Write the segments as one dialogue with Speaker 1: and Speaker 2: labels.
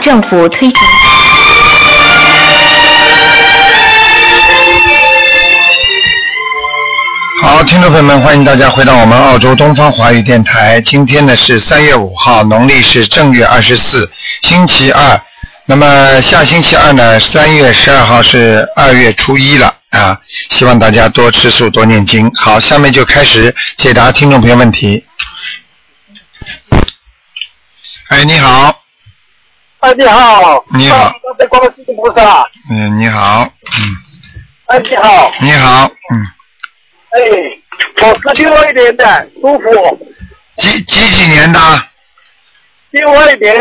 Speaker 1: 政府推行。
Speaker 2: 好，听众朋友们，欢迎大家回到我们澳洲东方华语电台。今天呢是三月五号，农历是正月二十四，星期二。那么下星期二呢，三月十二号是二月初一了啊。希望大家多吃素，多念经。好，下面就开始解答听众朋友问题。哎，你好，
Speaker 3: 哎，你好。
Speaker 2: 你好
Speaker 3: 啊。刚才光了菩萨。
Speaker 2: 嗯，你好，嗯，
Speaker 3: 哎，你好。
Speaker 2: 你好，嗯，
Speaker 3: 哎，我是六二年的，舒服。
Speaker 2: 几几几年的？
Speaker 3: 六二年，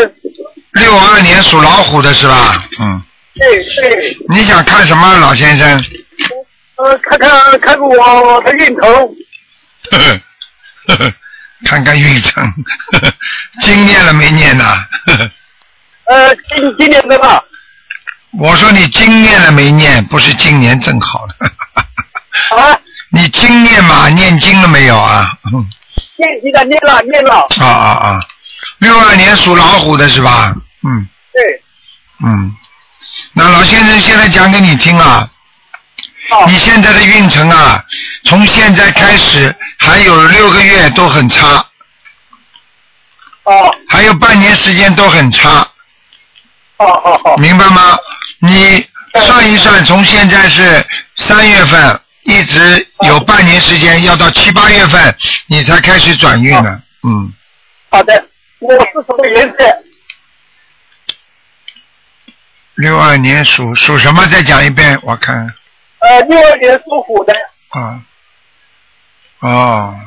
Speaker 2: 六二年属老虎的是吧？嗯，
Speaker 3: 对对，
Speaker 2: 你想看什么，老先生？
Speaker 3: 哎呃，看看看看我的运程，
Speaker 2: 呵呵呵呵， 看看运程，呵呵经念了没念呢？呵呵
Speaker 3: 呃，今今年的吧，
Speaker 2: 我说你经念了没念，不是今年正好 了。
Speaker 3: 啊，
Speaker 2: 你经念嘛，念经了没有啊？ 嗯
Speaker 3: 念经的念了念了，
Speaker 2: 啊啊啊！六二年属老虎的是吧？嗯
Speaker 3: 对，
Speaker 2: 嗯，那老先生现在讲给你听啊，
Speaker 3: 好，
Speaker 2: 你现在的运程啊，从现在开始还有六个月都很差，
Speaker 3: 哦
Speaker 2: 还有半年时间都很差。
Speaker 3: 哦哦哦，
Speaker 2: 明白吗？你算一算，从现在是三月份，一直有半年时间，要到七八月份你才开始转运呢。嗯，
Speaker 3: 好的，我是什么颜色？
Speaker 2: 六二年属属什么？再讲一遍，我看
Speaker 3: 呃，六二年属虎的，
Speaker 2: 啊。哦，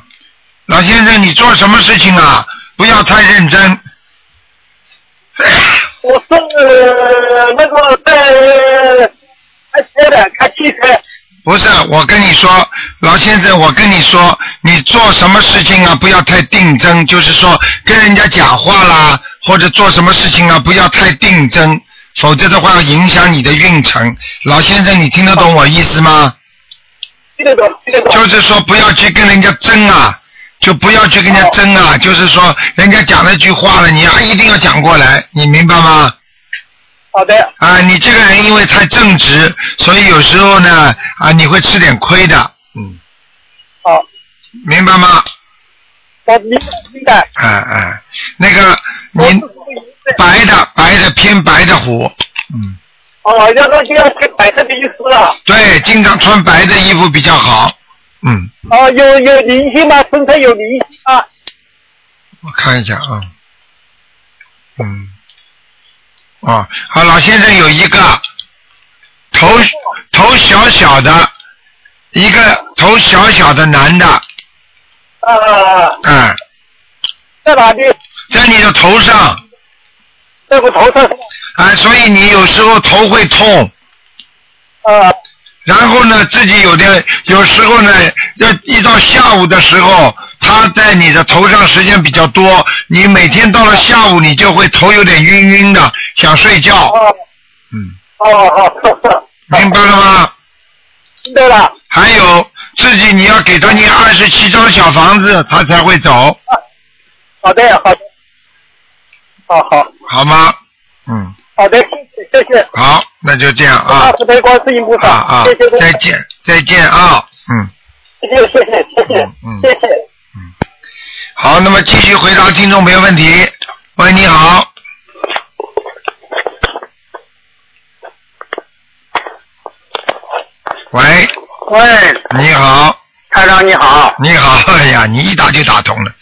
Speaker 2: 老先生，你做什么事情啊？不要太认真。
Speaker 3: 我是、呃、那个在呃开车的，开汽车，
Speaker 2: 不是，我跟你说，老先生，我跟你说，你做什么事情啊，不要太定真，就是说跟人家讲话啦，或者做什么事情啊，不要太定真，否则的话影响你的运程。老先生，你听得懂我意思吗？
Speaker 3: 听得懂听得懂，
Speaker 2: 就是说不要去跟人家争啊，就不要去跟人家争啊，就是说人家讲了一句话了，你啊一定要讲过来，你明白吗？
Speaker 3: 好的，
Speaker 2: 啊，你这个人因为太正直，所以有时候呢，啊，你会吃点亏的，嗯，
Speaker 3: 好，
Speaker 2: 明白吗？
Speaker 3: 我明白明白，
Speaker 2: 哎哎，那个
Speaker 3: 我是
Speaker 2: 你
Speaker 3: 什么颜色？
Speaker 2: 白的白的偏白的虎，嗯，
Speaker 3: 哦，要说就要穿白色的衣服了。
Speaker 2: 对，经常穿白的衣服比较好，嗯，
Speaker 3: 哦，有有灵性吗？身上有灵性吗？
Speaker 2: 我看一下啊，嗯，哦，好，老先生有一个头头小小的，一个头小小的男的，
Speaker 3: 啊，
Speaker 2: 哎，
Speaker 3: 在哪里？
Speaker 2: 在你的头上，
Speaker 3: 在我头上。
Speaker 2: 哎，所以你有时候头会痛，
Speaker 3: 啊
Speaker 2: 然后呢，自己有的有时候呢，要一到下午的时候，它在你的头上时间比较多，你每天到了下午，你就会头有点晕晕的，想睡觉。
Speaker 3: 哦
Speaker 2: 嗯，
Speaker 3: 哦哦呵呵，
Speaker 2: 明白了吗？
Speaker 3: 明白了。
Speaker 2: 还有自己你要给他念二十七张小房子，他才会走，
Speaker 3: 好的好的，好好
Speaker 2: 好吗？嗯，
Speaker 3: 好的，谢谢谢谢。
Speaker 2: 好，那就这样
Speaker 3: 大
Speaker 2: 啊
Speaker 3: 慈悲观世音菩
Speaker 2: 啊
Speaker 3: 萨，
Speaker 2: 啊
Speaker 3: 哦谢谢，
Speaker 2: 再见再见啊，嗯。
Speaker 3: 谢谢谢谢谢谢谢谢。
Speaker 2: 好，那么继续回答听众朋友问题。喂，你好。喂，
Speaker 3: 喂，
Speaker 2: 你好，
Speaker 3: 台长你好，
Speaker 2: 你好，哎呀，你一打就打通了。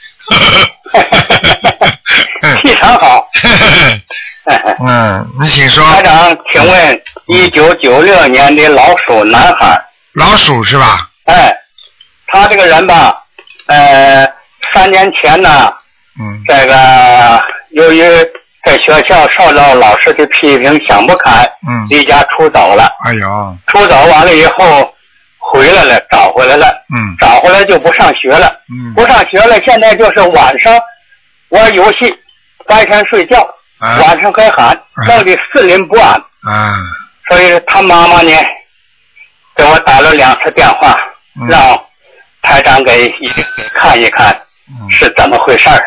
Speaker 3: 气场好。
Speaker 2: 嗯，你请说。
Speaker 3: 台长，请
Speaker 2: 嗯
Speaker 3: 问一九九六年的老鼠男孩。
Speaker 2: 老鼠是吧？
Speaker 3: 哎，他这个人吧，呃，三年前呢，
Speaker 2: 嗯
Speaker 3: 这个由于在学校受到老师的批评，想不开，
Speaker 2: 嗯，
Speaker 3: 离家出走了。
Speaker 2: 哎呦，
Speaker 3: 出走完了以后，回来了，找回来了，
Speaker 2: 嗯
Speaker 3: 找回来就不上学了，
Speaker 2: 嗯
Speaker 3: 不上学了，现在就是晚上玩游戏，白天睡觉，
Speaker 2: 啊
Speaker 3: 晚上还喊，
Speaker 2: 嗯
Speaker 3: 闹得四邻不安。
Speaker 2: 啊
Speaker 3: 所以他妈妈呢，给我打了两次电话，
Speaker 2: 嗯
Speaker 3: 让台长给一给看一看
Speaker 2: 嗯，
Speaker 3: 是怎么回事儿，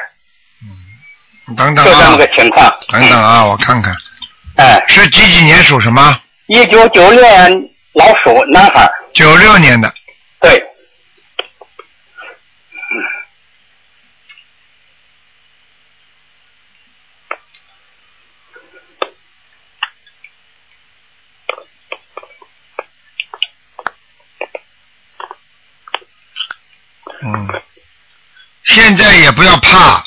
Speaker 2: 等等
Speaker 3: 就这么
Speaker 2: 啊
Speaker 3: 个，情况。
Speaker 2: 等等啊，我看看。
Speaker 3: 哎，
Speaker 2: 是几几年属什么？
Speaker 3: 一九九六年老鼠男孩，
Speaker 2: 九六年的，
Speaker 3: 对，
Speaker 2: 嗯，现在也不要怕，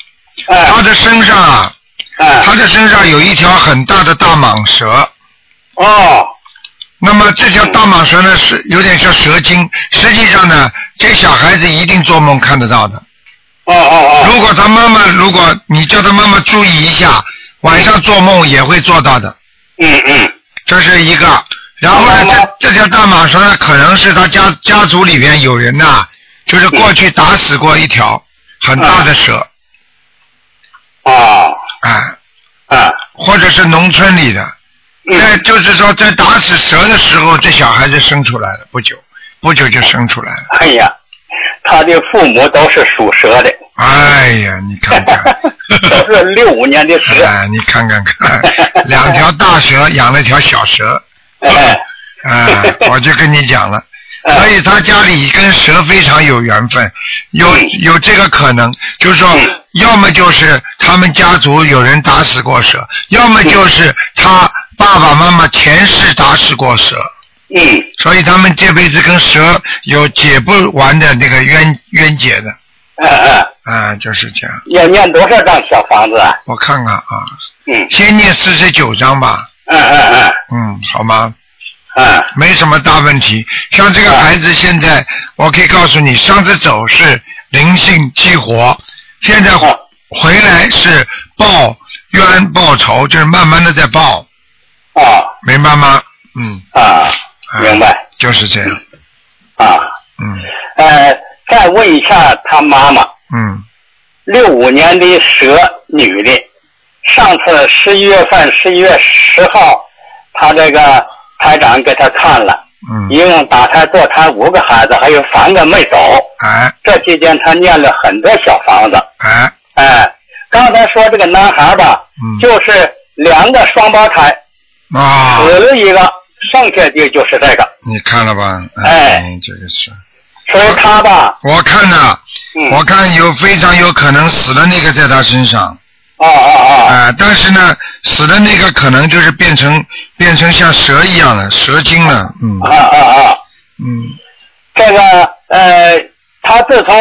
Speaker 3: 哎
Speaker 2: 他的身上啊，
Speaker 3: 哎，
Speaker 2: 他的身上有一条很大的大蟒蛇。
Speaker 3: 哦，
Speaker 2: 那么这条大蟒蛇呢是有点像蛇精，实际上呢，这小孩子一定做梦看得到的。
Speaker 3: 哦哦
Speaker 2: 如果他妈妈，如果你叫他妈妈注意一下，晚上做梦也会做到的，
Speaker 3: 哦，嗯嗯，
Speaker 2: 这是一个。然后呢
Speaker 3: 妈妈，
Speaker 2: 这这条大蟒蛇呢，可能是他家家族里边有人呐、就是过去打死过一条很大的蛇，
Speaker 3: 哦，
Speaker 2: 啊，
Speaker 3: 啊，
Speaker 2: 或者是农村里的，那
Speaker 3: 嗯，
Speaker 2: 就是说在打死蛇的时候，这小孩子生出来了，不久，不久就生出来 了。
Speaker 3: 哎呀，他的父母都是属蛇 的，，
Speaker 2: 哎呀，你看看
Speaker 3: 都是六五年的蛇，
Speaker 2: 哎，你看看看，两条大蛇养了一条小蛇，
Speaker 3: 哎，
Speaker 2: 啊， 我就跟你讲了，
Speaker 3: 哎
Speaker 2: 所以他家里跟蛇非常有缘分，有
Speaker 3: 嗯
Speaker 2: 有这个可能，就是说
Speaker 3: 嗯，
Speaker 2: 要么就是他们家族有人打死过蛇，要么就是他爸爸妈妈前世打死过蛇，
Speaker 3: 嗯，
Speaker 2: 所以他们这辈子跟蛇有解不完的那个冤冤结的，
Speaker 3: 哎哎，
Speaker 2: 啊，就是这样。
Speaker 3: 要念多少张小房子啊？
Speaker 2: 我看看啊，
Speaker 3: 嗯，
Speaker 2: 先念四十九章吧，
Speaker 3: 嗯嗯
Speaker 2: 嗯，好吗？
Speaker 3: 嗯，嗯，
Speaker 2: 没什么大问题。像这个孩子现在，我可以告诉你，上次走是灵性激活，现在
Speaker 3: 哦
Speaker 2: 回来是报冤报仇，就是慢慢的在报，
Speaker 3: 哦，
Speaker 2: 明白吗？嗯，
Speaker 3: 啊，明白
Speaker 2: 就是这样。
Speaker 3: 啊，
Speaker 2: 嗯
Speaker 3: 呃，再问一下他妈妈，
Speaker 2: 嗯，
Speaker 3: 六五年的蛇女的，上次十一月份十一月十号，他这个台长给他看了，
Speaker 2: 嗯
Speaker 3: 一共打胎堕胎五个孩子，还有三个没走。
Speaker 2: 哎
Speaker 3: 这期间他念了很多小房子，
Speaker 2: 哎，
Speaker 3: 哎，刚才说这个男孩吧，
Speaker 2: 嗯
Speaker 3: 就是两个双胞胎，
Speaker 2: 啊，
Speaker 3: 死了一个，剩下的就是这个，
Speaker 2: 你看了吧？
Speaker 3: 哎
Speaker 2: 嗯，这个是，
Speaker 3: 所以他吧，
Speaker 2: 我看呐、
Speaker 3: 嗯，
Speaker 2: 我看有非常有可能死的那个在他身上。
Speaker 3: 哦哦
Speaker 2: 啊、但是呢，死的那个可能就是变成变成像蛇一样了，蛇精了，嗯
Speaker 3: 哦，啊啊啊。
Speaker 2: 嗯，
Speaker 3: 这个呃，他自从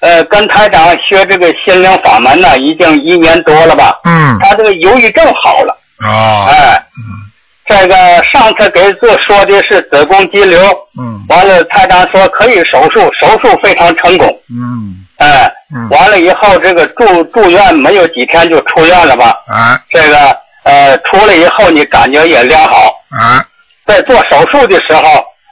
Speaker 3: 呃跟台长学这个心灵法门呢，已经一年多了吧。
Speaker 2: 嗯，
Speaker 3: 他这个忧郁症好了，
Speaker 2: 哦，
Speaker 3: 哎，
Speaker 2: 嗯
Speaker 3: 这个上次给自说的是子宫肌瘤，
Speaker 2: 嗯
Speaker 3: 完了台长说可以手术，手术非常成功，
Speaker 2: 嗯
Speaker 3: 哎，
Speaker 2: 嗯，
Speaker 3: 完了以后这个住住院没有几天就出院了吧？
Speaker 2: 啊
Speaker 3: 这个呃出来以后你感觉也良好，
Speaker 2: 啊，
Speaker 3: 在做手术的时候，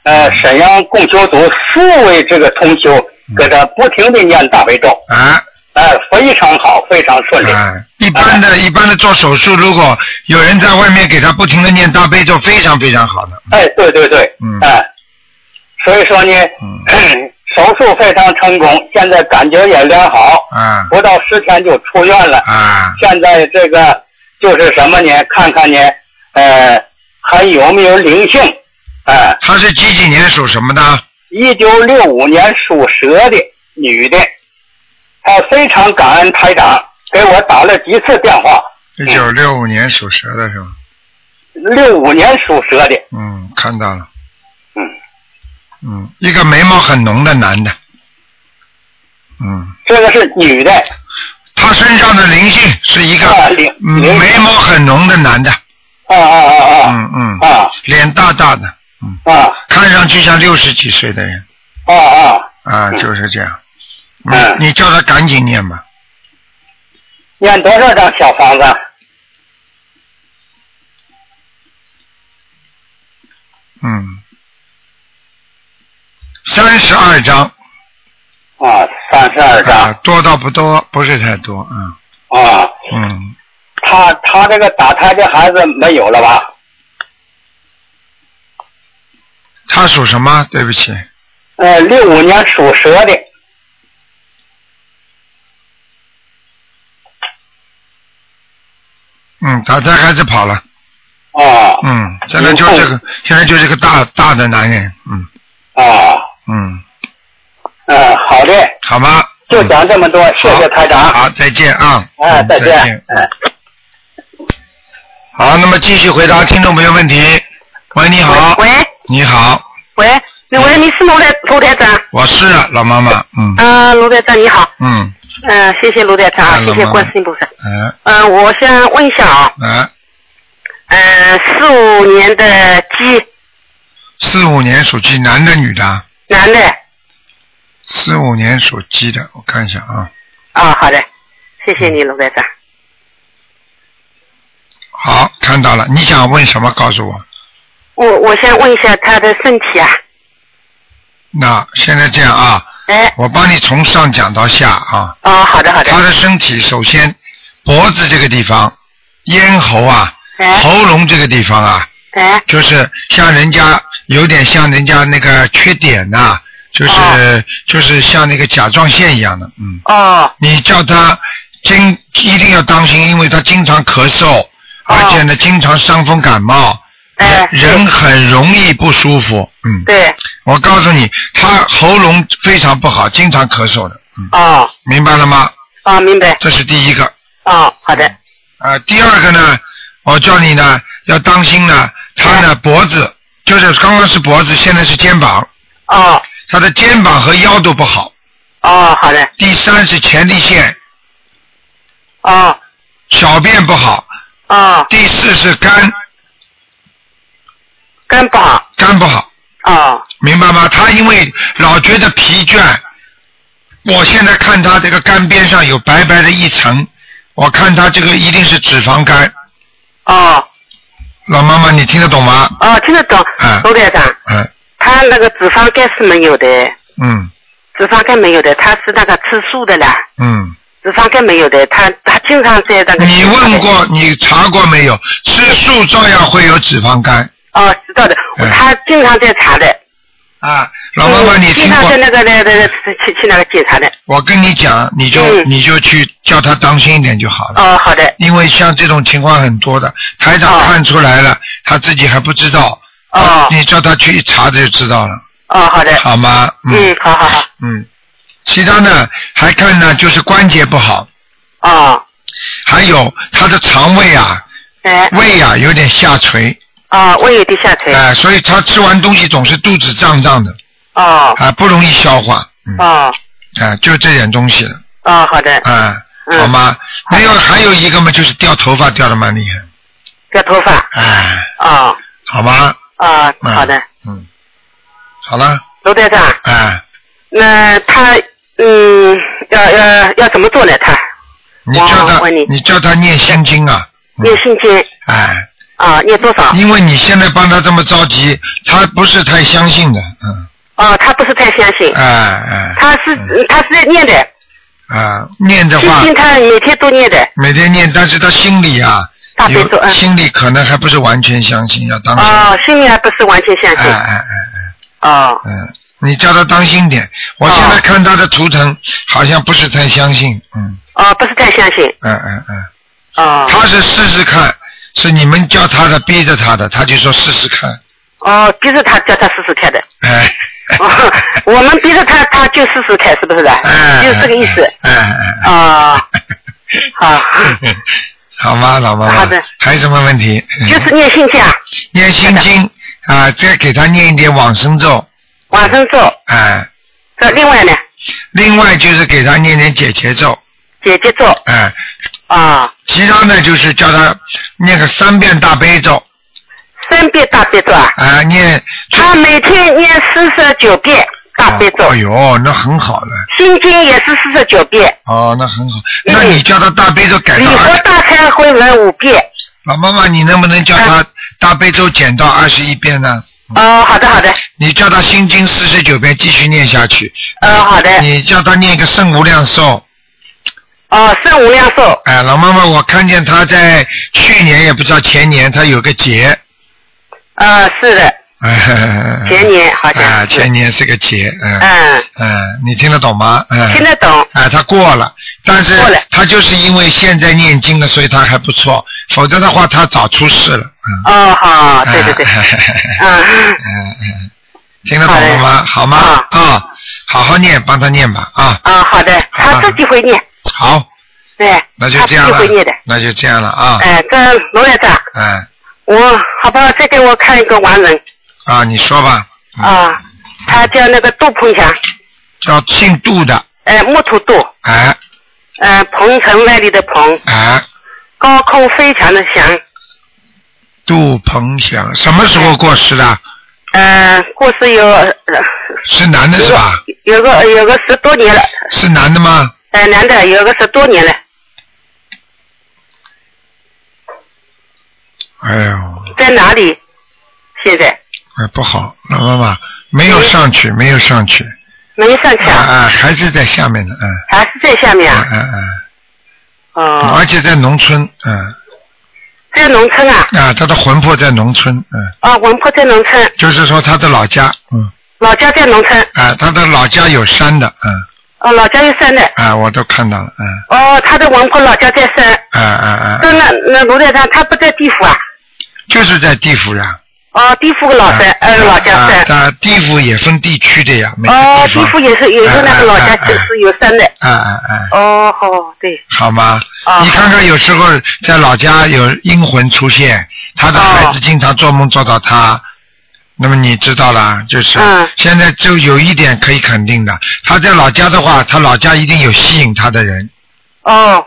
Speaker 3: 呃，
Speaker 2: 嗯
Speaker 3: 沈阳供修组数位这个同修给他不停的念大悲咒，
Speaker 2: 啊
Speaker 3: 哎、非常好，非常顺利。
Speaker 2: 啊，一般的一般的做手术，如果有人在外面给他不停的念大悲咒，非常非常好的，
Speaker 3: 哎，对对对，
Speaker 2: 嗯
Speaker 3: 哎、所以说呢，
Speaker 2: 嗯
Speaker 3: 手术非常成功，现在感觉也良好，
Speaker 2: 啊
Speaker 3: 不到十天就出院了。
Speaker 2: 啊，
Speaker 3: 现在这个就是什么呢？看看呢，呃，还有没有灵性？哎、
Speaker 2: 他是几几年属什么的？
Speaker 3: 一九六五年属蛇的女的，她非常感恩台长给我打了几次电话。
Speaker 2: 一九六五年属蛇的是吧？
Speaker 3: 六五年属蛇的，
Speaker 2: 嗯，看到了，
Speaker 3: 嗯，
Speaker 2: 嗯，一个眉毛很浓的男的，嗯。
Speaker 3: 这个是女的，
Speaker 2: 他身上的灵性是一个
Speaker 3: 啊灵
Speaker 2: 嗯
Speaker 3: 灵性
Speaker 2: 眉毛很浓的男的，
Speaker 3: 啊啊啊
Speaker 2: 嗯嗯
Speaker 3: 啊，啊
Speaker 2: 脸大大的，嗯，
Speaker 3: 啊
Speaker 2: 看上去像六十几岁的人
Speaker 3: 啊啊，
Speaker 2: 啊，
Speaker 3: 嗯
Speaker 2: 就是这样。
Speaker 3: 嗯
Speaker 2: 你你叫他赶紧念吧，
Speaker 3: 念多少张小房子？
Speaker 2: 嗯，三十二章
Speaker 3: 啊，三十
Speaker 2: 啊
Speaker 3: 二张，
Speaker 2: 多到不多，不是太多啊，
Speaker 3: 啊。
Speaker 2: 嗯，
Speaker 3: 她她这个打胎的孩子没有了吧？
Speaker 2: 他属什么？对不起，
Speaker 3: 呃，六五年属蛇的，
Speaker 2: 嗯，打胎孩子跑了，
Speaker 3: 哦
Speaker 2: 嗯，现在就是个现在就是个大大的男人，嗯
Speaker 3: 哦，
Speaker 2: 嗯，
Speaker 3: 嗯，好的，
Speaker 2: 好吗？
Speaker 3: 就
Speaker 2: 嗯
Speaker 3: 讲这么多，谢谢台长。
Speaker 2: 好，再见啊。
Speaker 3: 哎，
Speaker 2: 嗯
Speaker 3: 再见。哎
Speaker 2: 好，那么继续回答听众朋友问题。喂，你好，
Speaker 1: 喂
Speaker 2: 你好，
Speaker 1: 喂，你喂，你是卢台卢台长？
Speaker 2: 我是老妈妈，嗯
Speaker 1: 嗯、卢台长你好，
Speaker 2: 嗯，
Speaker 1: 嗯、谢谢卢台长
Speaker 2: 哎
Speaker 1: 啊，
Speaker 2: 老
Speaker 1: 谢谢
Speaker 2: 妈
Speaker 1: 观
Speaker 2: 妈
Speaker 1: 世音菩萨。
Speaker 2: 哎
Speaker 1: 嗯、我想问一下啊，
Speaker 2: 哎，
Speaker 1: 嗯、4四五年的鸡
Speaker 2: 四五年属鸡，男的女的？
Speaker 1: 男的
Speaker 2: 四五年属鸡的，我看一下啊。
Speaker 1: 啊、好的，谢谢你卢台长。
Speaker 2: 好，看到了，你想问什么？告诉我。
Speaker 1: 我我想问一下他的身体啊，
Speaker 2: 那现在这样啊，
Speaker 1: 哎，
Speaker 2: 我帮你从上讲到下啊。
Speaker 1: 哦，好的好的
Speaker 2: 他，的身体首先脖子这个地方、咽喉啊、
Speaker 1: 哎
Speaker 2: 喉咙这个地方啊，
Speaker 1: 哎
Speaker 2: 就是像人家有点像人家那个缺点呐、就是、
Speaker 1: 哦
Speaker 2: 就是像那个甲状腺一样的，嗯，
Speaker 1: 哦
Speaker 2: 你叫他经一定要当心，因为他经常咳嗽，而且呢经常伤风感冒，
Speaker 1: 哦哎，
Speaker 2: 人很容易不舒服，嗯，
Speaker 1: 对
Speaker 2: 我告诉你，他喉咙非常不好，经常咳嗽的，嗯，
Speaker 1: 哦
Speaker 2: 明白了吗？
Speaker 1: 哦明白
Speaker 2: 这是第一个，
Speaker 1: 哦好的
Speaker 2: 啊、第二个呢，我叫你呢要当心呢，他呢脖子就是刚刚是脖子，现在是肩膀，
Speaker 1: 哦
Speaker 2: 他的肩膀和腰都不好。
Speaker 1: 哦好的
Speaker 2: 第三是前列腺，
Speaker 1: 哦
Speaker 2: 小便不好。
Speaker 1: 哦
Speaker 2: 第四是肝，
Speaker 1: 肝不好
Speaker 2: 肝不好，
Speaker 1: 哦
Speaker 2: 明白吗？他因为老觉得疲倦，我现在看他这个肝边上有白白的一层，我看他这个一定是脂肪肝。
Speaker 1: 哦
Speaker 2: 老妈妈，你听得懂吗？
Speaker 1: 哦听得懂
Speaker 2: 嗯，
Speaker 1: 卢台长。
Speaker 2: 嗯
Speaker 1: 他那个脂肪肝是没有的，
Speaker 2: 嗯
Speaker 1: 脂肪肝没有的，他是那个吃素的啦，
Speaker 2: 嗯。
Speaker 1: 脂肪肝没有的，他他经常在 那个。
Speaker 2: 你问？过，你查过没有？吃素照样会有脂肪肝
Speaker 1: 哦，知道的，
Speaker 2: 嗯
Speaker 1: 他经常在查的。
Speaker 2: 啊！老妈妈，
Speaker 1: 嗯
Speaker 2: 你
Speaker 1: 经
Speaker 2: 听
Speaker 1: 常
Speaker 2: 过
Speaker 1: 在？那个那那去去那个检查的。
Speaker 2: 我跟你讲，你就
Speaker 1: 嗯
Speaker 2: 你就去叫他当心一点就好了，
Speaker 1: 哦，好的，
Speaker 2: 因为像这种情况很多的，台长
Speaker 1: 哦
Speaker 2: 看出来了，他自己还不知道，
Speaker 1: 哦
Speaker 2: 你叫他去一查就知道了，
Speaker 1: 哦，好的，
Speaker 2: 好吗？嗯
Speaker 1: 嗯，好好好，
Speaker 2: 嗯，其他呢还看呢，就是关节不好，
Speaker 1: 哦，
Speaker 2: 还有他的肠胃啊、
Speaker 1: 哎，
Speaker 2: 胃啊有点下垂，
Speaker 1: 哦，胃有点下垂，
Speaker 2: 哎、所以他吃完东西总是肚子胀胀的。
Speaker 1: 哦，
Speaker 2: 啊，不容易消化，嗯，
Speaker 1: 哦，
Speaker 2: 啊，就这点东西了，
Speaker 1: 哦，好的，
Speaker 2: 啊，
Speaker 1: 嗯
Speaker 2: 好吗？还有还有一个嘛，就是掉头发掉的蛮厉害，
Speaker 1: 掉头发，
Speaker 2: 哎，
Speaker 1: 哦，
Speaker 2: 好吗？
Speaker 1: 哦，
Speaker 2: 嗯、
Speaker 1: 好的，，
Speaker 2: 嗯，好了，
Speaker 1: 卢队长，
Speaker 2: 哎，
Speaker 1: 那他嗯，要要要怎么做呢？他
Speaker 2: 嗯你叫
Speaker 1: 我
Speaker 2: 他，
Speaker 1: 问你
Speaker 2: 你叫他念心经啊，嗯
Speaker 1: 念心经
Speaker 2: 哎，
Speaker 1: 啊，念多少？
Speaker 2: 因为你现在帮他这么着急，他不是太相信的，嗯，
Speaker 1: 哦，他不是太相信，
Speaker 2: 哎哎，
Speaker 1: 他是
Speaker 2: 嗯
Speaker 1: 他是在念的，
Speaker 2: 啊，念的
Speaker 1: 心
Speaker 2: 话
Speaker 1: 经他每天都念的，
Speaker 2: 每天念，但是他心里啊，
Speaker 1: 大悲咒，
Speaker 2: 有
Speaker 1: 嗯，
Speaker 2: 心里可能还不是完全相信，要当心，哎
Speaker 1: 哦，心里还不是完全相
Speaker 2: 哎
Speaker 1: 信，
Speaker 2: 哎哎。
Speaker 1: 哦，
Speaker 2: 嗯，你叫他当心点。
Speaker 1: 啊
Speaker 2: 我现在看他的图腾，好像不是太相信。嗯
Speaker 1: 哦，不是太相信，
Speaker 2: 嗯嗯嗯，
Speaker 1: 哦，
Speaker 2: 他是试试看，是你们叫他的，逼着他的，他就说试试看。
Speaker 1: 哦，逼着他叫他试试 看的，
Speaker 2: 哎，
Speaker 1: 哦，我们逼着他，他就试试看，是不是的？
Speaker 2: 哎，
Speaker 1: 啊就是这个意思，
Speaker 2: 哎哎哎，
Speaker 1: 哦， 好，
Speaker 2: 嗯好吗，老妈妈？
Speaker 1: 好的
Speaker 2: 还有什么问题？嗯
Speaker 1: 就是念心经啊，
Speaker 2: 念心经啊，再给他念一点往生咒。
Speaker 1: 往生咒，
Speaker 2: 哎，
Speaker 1: 这另外呢，
Speaker 2: 另外就是给他念点解结咒。
Speaker 1: 姐姐咒，
Speaker 2: 哎，
Speaker 1: 啊，
Speaker 2: 其他呢就是叫他念个三遍大悲咒。
Speaker 1: 三遍大悲咒啊，
Speaker 2: 啊，念
Speaker 1: 他每天念四十九遍大悲咒
Speaker 2: 哦。，哎呦，那很好了，
Speaker 1: 心经也是四十九遍，
Speaker 2: 哦，那很好。
Speaker 1: 嗯
Speaker 2: 那你叫他大悲咒改
Speaker 1: 礼
Speaker 2: 到
Speaker 1: 佛
Speaker 2: 二，
Speaker 1: 大忏悔文五遍。
Speaker 2: 老妈妈，你能不能叫他大悲咒减到二十一遍呢？
Speaker 1: 哦，好的好的，
Speaker 2: 你叫他心经四十九遍继续念下去。
Speaker 1: 哦好的，
Speaker 2: 你叫他念一个圣无量寿。
Speaker 1: 哦圣无量寿，
Speaker 2: 哎，老妈妈，我看见他在去年也不知道前年，他有个劫，
Speaker 1: 呃是的，前年好像
Speaker 2: 嗯
Speaker 1: 是
Speaker 2: 啊，前年是个劫，嗯，
Speaker 1: 嗯，
Speaker 2: 嗯，你听得懂吗？嗯，
Speaker 1: 听得懂，
Speaker 2: 啊，他过了，但是
Speaker 1: 过了
Speaker 2: 他就是因为现在念经了，所以他还不错，否则的话他早出事了。嗯，
Speaker 1: 哦，好，对对对，
Speaker 2: 啊
Speaker 1: 嗯，
Speaker 2: 嗯嗯，听得懂了吗？好吗？啊、好好念，帮他念吧啊。
Speaker 1: 啊，好的，他自己会念，
Speaker 2: 好，
Speaker 1: 对，
Speaker 2: 那就
Speaker 1: 他
Speaker 2: 这
Speaker 1: 自
Speaker 2: 样
Speaker 1: 己
Speaker 2: 了嗯
Speaker 1: 会念的。，
Speaker 2: 那就这样了啊。
Speaker 1: 哎，这罗院长，
Speaker 2: 嗯
Speaker 1: 我好不好？再给我看一个亡人
Speaker 2: 啊，你说吧。嗯，
Speaker 1: 啊，他叫那个杜鹏翔，
Speaker 2: 叫姓杜的，
Speaker 1: 呃，木土杜，
Speaker 2: 哎
Speaker 1: 呃，鹏程万里的鹏，
Speaker 2: 哎，
Speaker 1: 高空飞翔的翔，
Speaker 2: 杜鹏翔，什么时候过世的？
Speaker 1: 呃，过世有呃
Speaker 2: 是男的是吧？
Speaker 1: 有个有个十多年了，
Speaker 2: 是男的吗？
Speaker 1: 呃，男的有个十多年了，
Speaker 2: 哎呦，
Speaker 1: 在哪里？现在
Speaker 2: 哎，不好，老妈妈没有上去，没有上去，
Speaker 1: 没上去
Speaker 2: 啊
Speaker 1: 啊，
Speaker 2: 啊，还是在下面的，嗯，
Speaker 1: 还是在下面
Speaker 2: 嗯
Speaker 1: 啊？
Speaker 2: 嗯嗯，
Speaker 1: 哦，
Speaker 2: 而且在农村，嗯，
Speaker 1: 在农村啊，
Speaker 2: 啊，他的魂魄在农村，嗯，
Speaker 1: 啊，魂魄在农村，
Speaker 2: 就是说他的老家，嗯，
Speaker 1: 老家在农村，
Speaker 2: 啊，他的老家有山的，嗯，
Speaker 1: 哦，老家有山的，
Speaker 2: 啊，我都看到了，嗯，
Speaker 1: 哦，他的魂魄老家在山。
Speaker 2: 啊啊啊，
Speaker 1: 那那那卢台长他不在地府啊？
Speaker 2: 就是在地府呀，
Speaker 1: 哦，地府老山，呃，老家
Speaker 2: 啊
Speaker 1: 山。
Speaker 2: 啊，地府也分地区的呀，每
Speaker 1: 哦
Speaker 2: 个，地
Speaker 1: 地府
Speaker 2: 方，
Speaker 1: 也是也是那个老
Speaker 2: 啊
Speaker 1: 家
Speaker 2: 啊啊
Speaker 1: 就是有山的。
Speaker 2: 啊啊啊，
Speaker 1: 哦，好，对，
Speaker 2: 好吗？
Speaker 1: 啊
Speaker 2: 你看看，有时候在老家有阴魂出现，他的孩子经常做梦做到他，那么你知道啦，就是、
Speaker 1: 嗯
Speaker 2: 现在就有一点可以肯定的，他在老家的话，他老家一定有吸引他的人，
Speaker 1: 哦，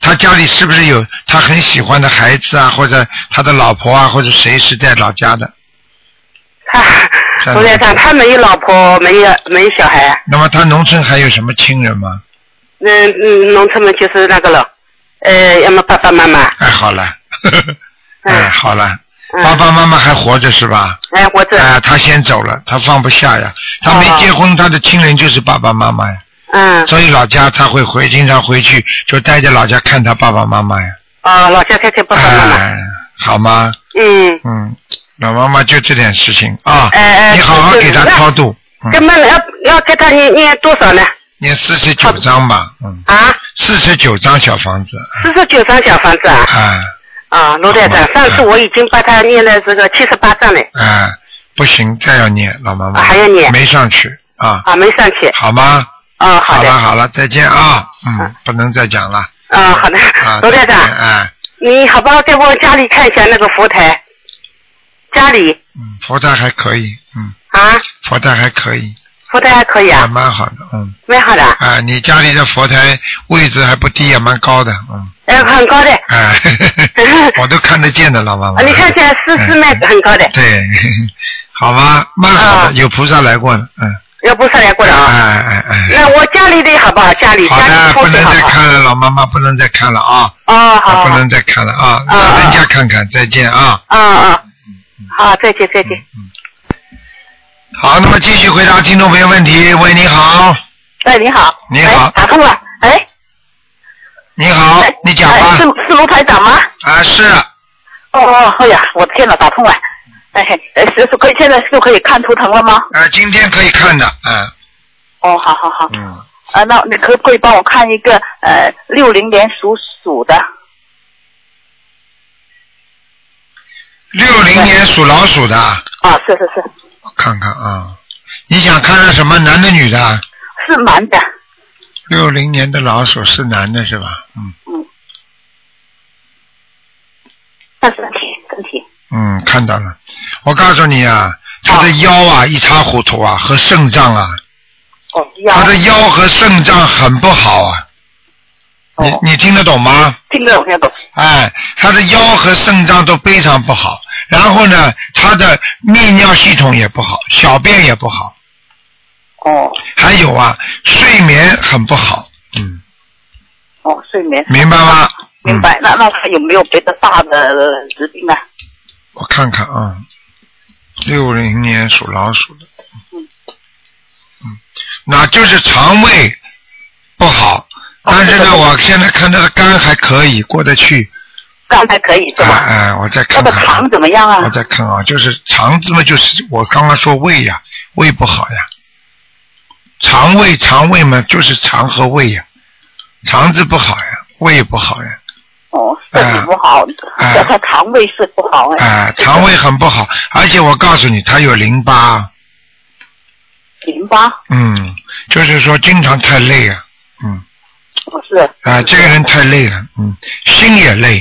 Speaker 2: 他家里是不是有他很喜欢的孩子啊，或者他的老婆啊，或者谁是在老家的？
Speaker 1: 啊他
Speaker 2: 山
Speaker 1: 卢台长他没有老婆，没有没有小孩啊，
Speaker 2: 那么他农村还有什么亲人吗？
Speaker 1: 嗯嗯，农村嘛就是那个了，呃，要么爸爸妈妈，
Speaker 2: 哎，好了， 哎，
Speaker 1: 嗯
Speaker 2: 好了，
Speaker 1: 嗯
Speaker 2: 爸爸妈妈还活着是吧？
Speaker 1: 哎，我这，
Speaker 2: 啊，他先走了，他放不下呀。他没
Speaker 1: 哦
Speaker 2: 结婚，他的亲人就是爸爸妈妈呀，
Speaker 1: 嗯，
Speaker 2: 所以老家他会回，经常回去就待在老家看他爸爸妈妈呀。
Speaker 1: 哦，老家太太爸爸妈妈，
Speaker 2: 哎，好吗？
Speaker 1: 嗯，
Speaker 2: 嗯，老妈妈就这点事情啊，
Speaker 1: 哎哎
Speaker 2: 你好好
Speaker 1: 是是
Speaker 2: 给他
Speaker 1: 那
Speaker 2: 超度，
Speaker 1: 那
Speaker 2: 嗯，
Speaker 1: 么要要给他念念多少呢？
Speaker 2: 念四十九章吧，嗯，
Speaker 1: 啊，
Speaker 2: 四十九章小房子，
Speaker 1: 四十九张小房子啊。
Speaker 2: 啊
Speaker 1: 啊，罗队
Speaker 2: 好吧
Speaker 1: 长，上次我已经把他念了这个七十八章了，
Speaker 2: 啊，不行，再要念，老妈妈
Speaker 1: 啊还要念
Speaker 2: 没上去啊，
Speaker 1: 啊，没上去。
Speaker 2: 好吗？
Speaker 1: 啊，好的
Speaker 2: 了，好了，再见啊，嗯
Speaker 1: 嗯，
Speaker 2: 不能再讲了
Speaker 1: 啊，好的
Speaker 2: 啊，，
Speaker 1: 罗队
Speaker 2: 再见
Speaker 1: 长，
Speaker 2: 哎。
Speaker 1: 你好不好在我家里看一下那个佛台？家里
Speaker 2: 嗯，佛台还可以，嗯，
Speaker 1: 啊，
Speaker 2: 佛台还可以，
Speaker 1: 佛台还可以
Speaker 2: 还
Speaker 1: 啊，
Speaker 2: 蛮好的，嗯，
Speaker 1: 蛮好的啊，
Speaker 2: 啊，你家里的佛台位置还不低，也蛮高的，嗯，
Speaker 1: 哎，很高的，
Speaker 2: 啊， 我都看得见的，老妈妈。
Speaker 1: 啊，你看起来是是蛮很高的，
Speaker 2: 对， 好吧，蛮好
Speaker 1: 啊
Speaker 2: 的，有菩萨来过了，嗯，
Speaker 1: 要不上来过了
Speaker 2: 哎
Speaker 1: 啊。
Speaker 2: 哎哎，
Speaker 1: 那我家里的好不好？家里
Speaker 2: 好
Speaker 1: 家里
Speaker 2: 的，不
Speaker 1: 风水
Speaker 2: 能
Speaker 1: 好
Speaker 2: 再
Speaker 1: 不好？
Speaker 2: 看了，老妈妈不能再看了啊，
Speaker 1: 哦，好
Speaker 2: 啊，
Speaker 1: 好
Speaker 2: 不
Speaker 1: 好，
Speaker 2: 能再看了啊，
Speaker 1: 啊
Speaker 2: 让人
Speaker 1: 啊
Speaker 2: 家看看，再见啊。
Speaker 4: 嗯
Speaker 1: 啊啊，好，再见再见。
Speaker 2: 嗯好，那么继续回答听众朋友问题。喂，你好，
Speaker 4: 哎，你好。
Speaker 2: 你好
Speaker 4: 哎打通了。哎。
Speaker 2: 你好，你讲
Speaker 4: 哎
Speaker 2: 吧
Speaker 4: 是。是卢台长吗？
Speaker 2: 啊，是，
Speaker 4: 哦哦，哎呀，我的天哪，打通了。哎，哎是是可以，现在是可以看图腾了吗？
Speaker 2: 啊，今天可以看的，嗯
Speaker 4: 哦，好好好。
Speaker 2: 嗯。
Speaker 4: 啊，那你可不可以帮我看一个呃六零年属鼠的？
Speaker 2: 六零年属老鼠的，
Speaker 4: 啊，是是是，
Speaker 2: 我看看啊，你想看看什么？男的女的？
Speaker 4: 是男的。
Speaker 2: 六零年的老鼠是男的是吧？嗯
Speaker 4: 嗯。那身体身体。
Speaker 2: 嗯，看到了。我告诉你啊，他的腰啊一塌糊涂啊，和肾脏啊，
Speaker 4: 哦，腰。
Speaker 2: 他的腰和肾脏很不好啊。
Speaker 4: 哦
Speaker 2: 你你听得懂吗？
Speaker 4: 听得懂听得懂。
Speaker 2: 哎，他的腰和肾脏都非常不好，然后呢，他的泌尿系统也不好，小便也不好，
Speaker 4: 哦
Speaker 2: 还有啊，睡眠很不好。嗯，
Speaker 4: 哦，睡眠。
Speaker 2: 明白吗？嗯
Speaker 4: 明白。那那他有没有别的大的疾病
Speaker 1: 啊
Speaker 4: 呢？
Speaker 2: 我看看啊，六零年属老鼠的，嗯
Speaker 4: 嗯，
Speaker 2: 那就是肠胃
Speaker 1: 哦
Speaker 2: 不好，但是呢，我现在看他的肝还可以过得去，
Speaker 1: 状态可以是
Speaker 2: 哎
Speaker 1: 吧？
Speaker 2: 哎，我再
Speaker 1: 他
Speaker 2: 看
Speaker 1: 的
Speaker 2: 看啊
Speaker 1: 肠。怎么样
Speaker 2: 我
Speaker 1: 啊？
Speaker 2: 再看啊，就是肠子嘛，就是我刚刚说胃呀、胃不好呀，肠胃肠胃嘛，就是肠和胃呀、肠子不好呀，胃不好呀，啊
Speaker 1: 哦，身体不好，
Speaker 2: 哎
Speaker 1: 他肠胃是不好
Speaker 2: 啊、
Speaker 1: 哎，
Speaker 2: 肠胃很不好，而且我告诉你，他有淋巴，
Speaker 1: 淋巴
Speaker 2: 嗯，就是说经常太累啊，嗯，
Speaker 1: 哦是
Speaker 2: 啊、这个人太累了，嗯，心也累，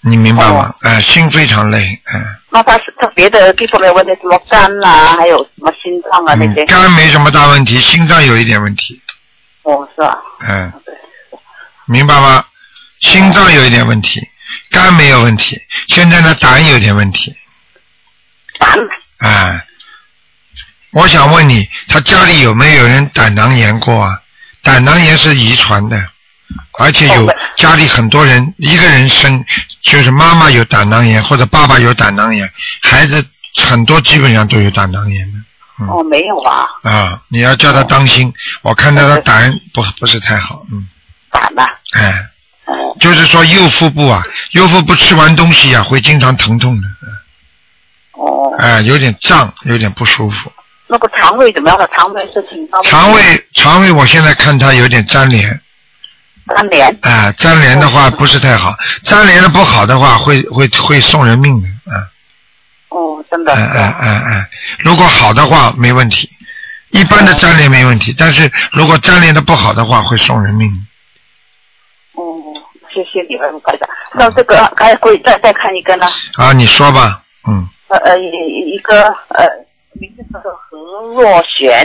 Speaker 2: 你明白吗？啊、心非常累，嗯、
Speaker 1: 那他是他别的地方没有问题，什么肝啦、还有什么心脏啊那些
Speaker 2: 嗯，，肝没什么大问题，心脏有一点问题，
Speaker 1: 哦是吧？
Speaker 2: 嗯，明白吗？心脏有一点问题，肝没有问题，现在呢胆有点问题
Speaker 1: 胆
Speaker 2: 啊、我想问你，他家里有没有人胆囊炎过啊？胆囊炎是遗传的，而且有
Speaker 1: 哦
Speaker 2: 家里很多人一个人生，就是妈妈有胆囊炎或者爸爸有胆囊炎，孩子很多基本上都有胆囊炎的嗯
Speaker 1: 哦没有啊，
Speaker 2: 啊。你要叫他当心，我看他的胆不不是太好，嗯，
Speaker 1: 胆啊呐、
Speaker 2: 哎、
Speaker 1: 哦
Speaker 2: 就是说右腹部啊，右腹部吃完东西啊，会经常疼痛的，
Speaker 1: 哦，
Speaker 2: 哎、有点胀，有点不舒服。
Speaker 1: 那个肠胃怎么样？他肠胃是挺高的
Speaker 2: 肠胃，肠胃，我现在看它有点粘连，
Speaker 1: 关联
Speaker 2: 哎、粘连的话不是太好，粘连的不好的话会会会送人命的，啊、
Speaker 1: 哦，真的
Speaker 2: 嗯，哎哎哎哎，如果好的话没问题，一般的粘连没问题，但是如果粘连的不好的话会送人命。
Speaker 1: 哦，谢谢你们，台长。那这个还可以再再看一个呢，
Speaker 2: 啊，你说吧，嗯，
Speaker 1: 呃呃，一一一个呃，名字叫做何若璇，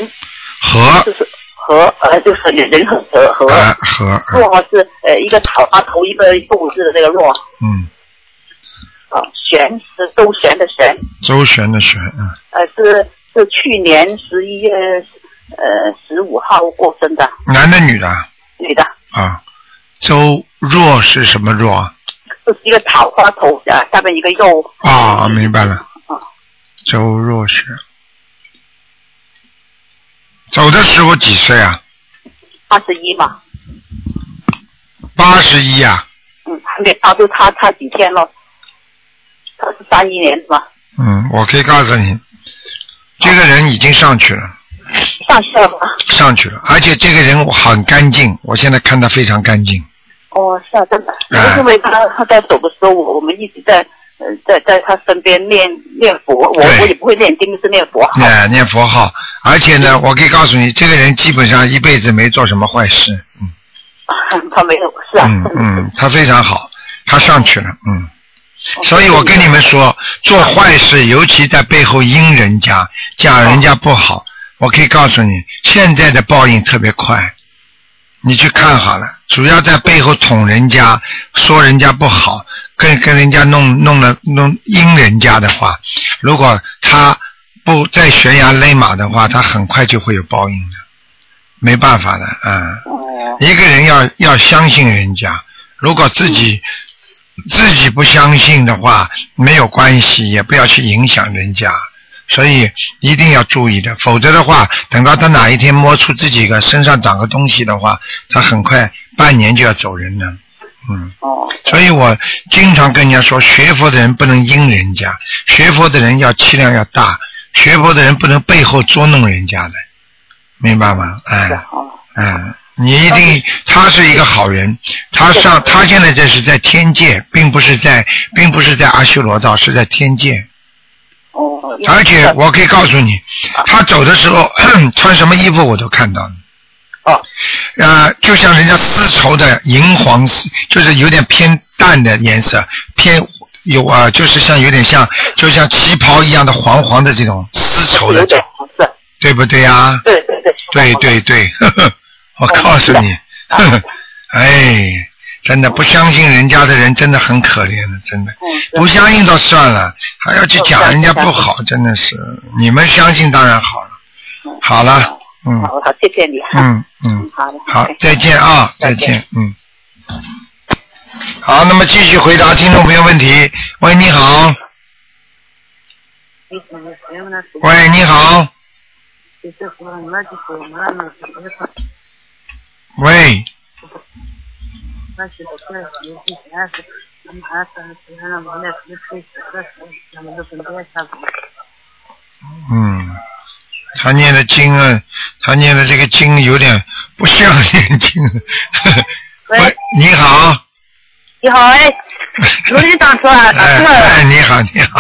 Speaker 2: 和
Speaker 1: 就是何呃，就是人和和和
Speaker 2: 啊和，啊
Speaker 1: 若是呃一个草啊头一个木字的那个若
Speaker 2: 嗯，
Speaker 1: 啊，璇是周旋的旋，
Speaker 2: 周旋的旋，啊。
Speaker 1: 呃是是去年十一月呃十五号过生的
Speaker 2: 男的女的啊？
Speaker 1: 女的，
Speaker 2: 啊，周若是什么若啊？
Speaker 1: 就是一个草花头啊，下面一个肉
Speaker 2: 啊，明白了
Speaker 1: 哦。
Speaker 2: 周若是。走的时候几岁啊？
Speaker 1: 二十一嘛，
Speaker 2: 八十一啊。
Speaker 1: 嗯，还没到，就差差几天了。他是三一年是吧？
Speaker 2: 嗯，我可以告诉你，这个人已经上去了，
Speaker 1: 上线了吗？
Speaker 2: 上去了，而且这个人我很干净，我现在看他非常干净。
Speaker 1: 哦，是啊，真的，因为他他在走的时候，我我们一直在呃在在他身边念念佛，我
Speaker 2: 对
Speaker 1: 我也不会念经，是念佛
Speaker 2: 哎
Speaker 1: 好。嗯
Speaker 2: 念念佛号，而且呢，我可以告诉你，这个人基本上一辈子没做什么坏事。嗯
Speaker 1: 他没有，是啊，
Speaker 2: 嗯嗯，他非常好，他上去了。嗯。
Speaker 1: 哦
Speaker 2: 所以我跟你们说，做坏事，尤其在背后阴人家，讲人家不好，我可以告诉你，现在的报应特别快。你去看好了，主要在背后捅人家，说人家不好，跟跟人家弄弄了弄阴人家的话，如果他不在悬崖勒马的话，他很快就会有报应的，没办法的啊。嗯
Speaker 1: 哦，
Speaker 2: 一个人要要相信人家，如果自己自己不相信的话，没有关系，也不要去影响人家。所以一定要注意的，否则的话，等到他哪一天摸出自己个身上长个东西的话，他很快半年就要走人了。嗯，
Speaker 1: 哦，
Speaker 2: 所以我经常跟人家说，学佛的人不能阴人家，学佛的人要气量要大，学佛的人不能背后捉弄人家的，明白吗？哎
Speaker 1: 是。啊，哦，
Speaker 2: 嗯，你一定，他是一个好人，他上他现在这是在天界，并不是在，并不是在阿修罗道，是在天界。
Speaker 1: 哦，
Speaker 2: 而且我可以告诉你，他走的时候 穿什么衣服我都看到了。
Speaker 1: 哦，
Speaker 2: 呃，就像人家丝绸的银黄色，就是有点偏淡的颜色，偏有啊、就是像有点像，就像旗袍一样的黄黄的这种丝绸
Speaker 1: 有
Speaker 2: 的，
Speaker 1: 点是，
Speaker 2: 对不对呀、啊
Speaker 1: 对对对，
Speaker 2: 对对对， 呵呵，我告诉你，呵
Speaker 1: 嗯
Speaker 2: 呵，哎，真的不相信人家的人真的很可怜的，真的
Speaker 1: 嗯是
Speaker 2: 不相信倒算了，还要去讲人家不好，真的是你们相信当然好了，
Speaker 1: 嗯
Speaker 2: 好了，嗯
Speaker 1: 好好，谢谢你啊，
Speaker 2: 嗯嗯，
Speaker 1: 好的，
Speaker 2: 好
Speaker 1: 哎，
Speaker 2: 再见啊，再
Speaker 1: 再见
Speaker 2: 见，嗯。好，那么继续回答听众朋友问题。喂，你好。喂，你好。喂。嗯，他念的经啊，他念的这个经有点不像念经。
Speaker 1: 喂
Speaker 2: 喂，你好，
Speaker 1: 你好，哎，卢队长是吧？打
Speaker 2: 哎
Speaker 1: 错了
Speaker 2: 哎，，你好，你 好，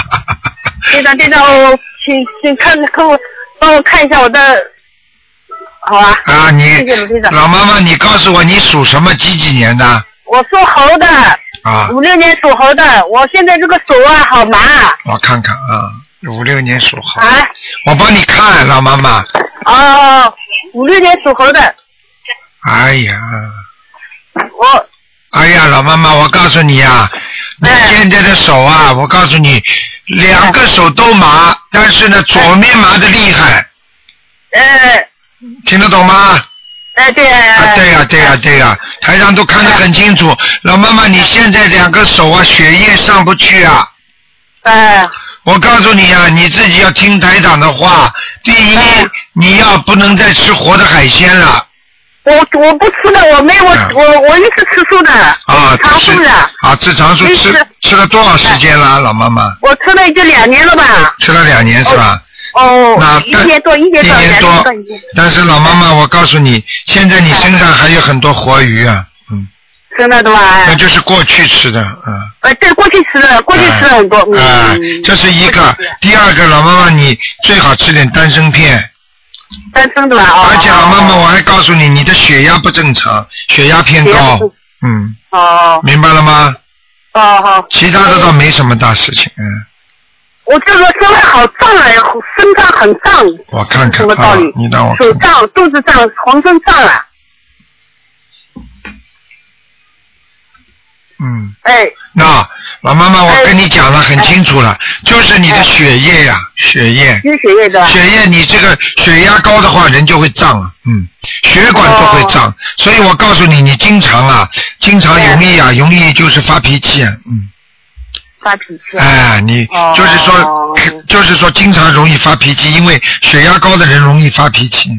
Speaker 1: 队长，队长，我请请看看我，帮我看一下我的，好吧？
Speaker 2: 啊，你
Speaker 1: 谢谢卢队长，
Speaker 2: 老妈妈，你告诉我你属什么几几年的
Speaker 1: 我属猴的，
Speaker 2: 啊？
Speaker 1: 五六年属猴的，我现在这个手啊好麻啊
Speaker 2: 我看看啊，五六年属猴，
Speaker 1: 啊
Speaker 2: 我帮你看，老妈妈。
Speaker 1: 哦，五六年属猴的，
Speaker 2: 哎呀，
Speaker 1: 我
Speaker 2: 哎呀，老妈妈，我告诉你啊，你
Speaker 1: 哎
Speaker 2: 现在的手啊，我告诉你，两个手都麻，但是
Speaker 1: 哎
Speaker 2: 呢，左面麻的厉害，
Speaker 1: 呃
Speaker 2: 听得懂吗？
Speaker 1: 呃对
Speaker 2: 啊，
Speaker 1: 呃
Speaker 2: 对呀、对呀、对呀、台上都看得很清楚。老妈妈，你现在两个手啊，血液上不去啊。
Speaker 1: 呃
Speaker 2: 我告诉你啊，你自己要听台长的话。第一
Speaker 1: 哎，
Speaker 2: 你要不能再吃活的海鲜了
Speaker 1: 我我不吃的，我没我
Speaker 2: 嗯
Speaker 1: 我我一直吃素的，
Speaker 2: 啊！
Speaker 1: 长
Speaker 2: 吃
Speaker 1: 素的，
Speaker 2: 啊，吃长寿
Speaker 1: 一
Speaker 2: 吃
Speaker 1: 直
Speaker 2: 吃了多少时间了，老妈妈？
Speaker 1: 我吃了已经两年了吧？
Speaker 2: 吃了两年是吧？那
Speaker 1: 哦，一
Speaker 2: 但
Speaker 1: 年多一年多
Speaker 2: 一年
Speaker 1: 两
Speaker 2: 多
Speaker 1: 多一年，
Speaker 2: 但是老妈妈，我告诉你，现在你身上还有很多活鱼啊，嗯，
Speaker 1: 真的的吧？
Speaker 2: 那就是过去吃的，嗯。
Speaker 1: 呃，对，过去吃的，过去吃了很多，
Speaker 2: 啊、
Speaker 1: 嗯，
Speaker 2: 这是一
Speaker 1: 过
Speaker 2: 个
Speaker 1: 去吃。
Speaker 2: 第二个，老妈妈，你最好吃点丹参片。
Speaker 1: 单身的吧？哦，
Speaker 2: 而且老妈妈，我还告诉你，你的血压不正常，血压偏
Speaker 1: 血压
Speaker 2: 高
Speaker 1: 不正。
Speaker 2: 嗯，
Speaker 1: 哦
Speaker 2: 明白了吗？
Speaker 1: 哦哦，
Speaker 2: 其他的倒没什么大事情。嗯，
Speaker 1: 我这个身上好胀啊，身上很胀，
Speaker 2: 我看
Speaker 1: 什
Speaker 2: 看
Speaker 1: 么道
Speaker 2: 啊
Speaker 1: 理，
Speaker 2: 你让我看
Speaker 1: 手
Speaker 2: 看。
Speaker 1: 胀、肚子胀、浑身胀啊，
Speaker 2: 嗯，
Speaker 1: 哎，
Speaker 2: 那老妈妈，我
Speaker 1: 哎
Speaker 2: 跟你讲了很清楚了，就是你的
Speaker 1: 哎
Speaker 2: 血液呀、血液。
Speaker 1: 缺血液的吧？
Speaker 2: 血液，你这个血压高的话，人就会胀啊，嗯，血管都会
Speaker 1: 哦
Speaker 2: 胀，所以我告诉你，你经常啊，经常容易啊，容易就是发脾气啊，嗯，
Speaker 1: 发脾气啊，
Speaker 2: 哎，你
Speaker 1: 哦
Speaker 2: 就是说，就是说经常容易发脾气，因为血压高的人容易发脾气，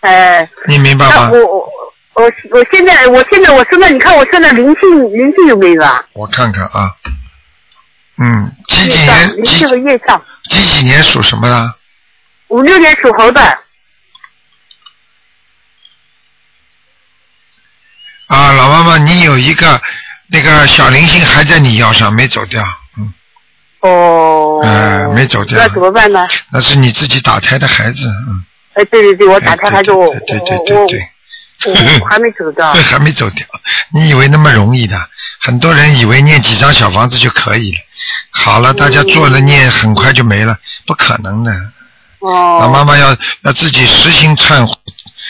Speaker 1: 哎，
Speaker 2: 你明白
Speaker 1: 那
Speaker 2: 吗？
Speaker 1: 我我我我现在我现在我身上，你看我身上灵性灵性有没有啊？
Speaker 2: 我看看啊，嗯，几几
Speaker 1: 业障，
Speaker 2: 年
Speaker 1: 灵
Speaker 2: 几
Speaker 1: 性和业障，
Speaker 2: 几几年属什么的？
Speaker 1: 五六年属猴的，
Speaker 2: 啊，老妈妈，你有一个那个小灵性还在你腰上没走掉，嗯，
Speaker 1: 哦，
Speaker 2: 哎没走掉
Speaker 1: 那怎么办呢？
Speaker 2: 那是你自己打胎的孩子，嗯。
Speaker 1: 哎，对对对，我打胎还是我
Speaker 2: 哎对对对
Speaker 1: 我
Speaker 2: 对对
Speaker 1: 我我还没走到
Speaker 2: 对，。还没走掉。你以为那么容易的？很多人以为念几张小房子就可以了。好
Speaker 1: 嗯
Speaker 2: 了，大家做了念，很快就没了，不可能的。
Speaker 1: 哦，
Speaker 2: 老妈妈要要自己实行忏悔，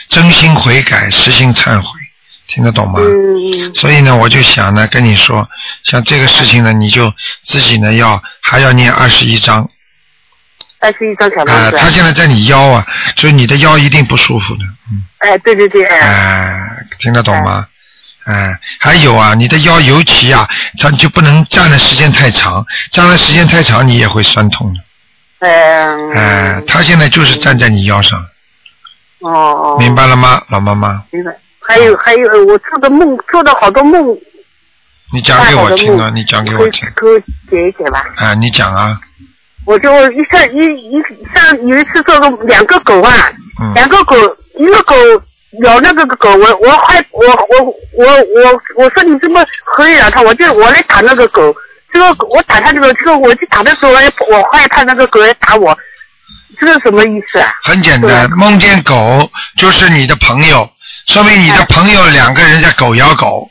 Speaker 2: 真心悔改，实行忏悔，听得懂吗？
Speaker 1: 嗯，
Speaker 2: 所以呢，我就想呢，跟你说，像这个事情呢，你就自己呢要还要念二十一章
Speaker 1: 二十一张小
Speaker 2: 啊、
Speaker 1: 房子。
Speaker 2: 他现在在你腰啊，所以你的腰一定不舒服的，嗯。
Speaker 1: 哎，对对对，哎，
Speaker 2: 哎，听得懂吗？哎，还有啊，你的腰尤其啊，它就不能站的时间太长，站的时间太长你也会酸痛的。
Speaker 1: 嗯，
Speaker 2: 哎，他现在就是站在你腰上，
Speaker 1: 哦，
Speaker 2: 明白了吗，老妈妈？
Speaker 1: 明白。还有还有，呃我做的梦，做的好多梦，
Speaker 2: 你讲给我听啊，你讲给
Speaker 1: 可
Speaker 2: 我
Speaker 1: 以
Speaker 2: 听。
Speaker 1: 给我解一解吧。
Speaker 2: 哎，你讲啊，
Speaker 1: 我就一上一一上有一次做个两个狗啊，
Speaker 2: 嗯
Speaker 1: 两个狗，一个狗咬那个狗，我我还我我我我我说你这么可以了啊它，我就我来打那个狗，这个狗我打它这个这个，我去打的时候，我也我害怕那个狗来打我，这是什么意思啊？
Speaker 2: 很简单，梦见狗就是你的朋友，说明你的朋友两个人在狗咬狗，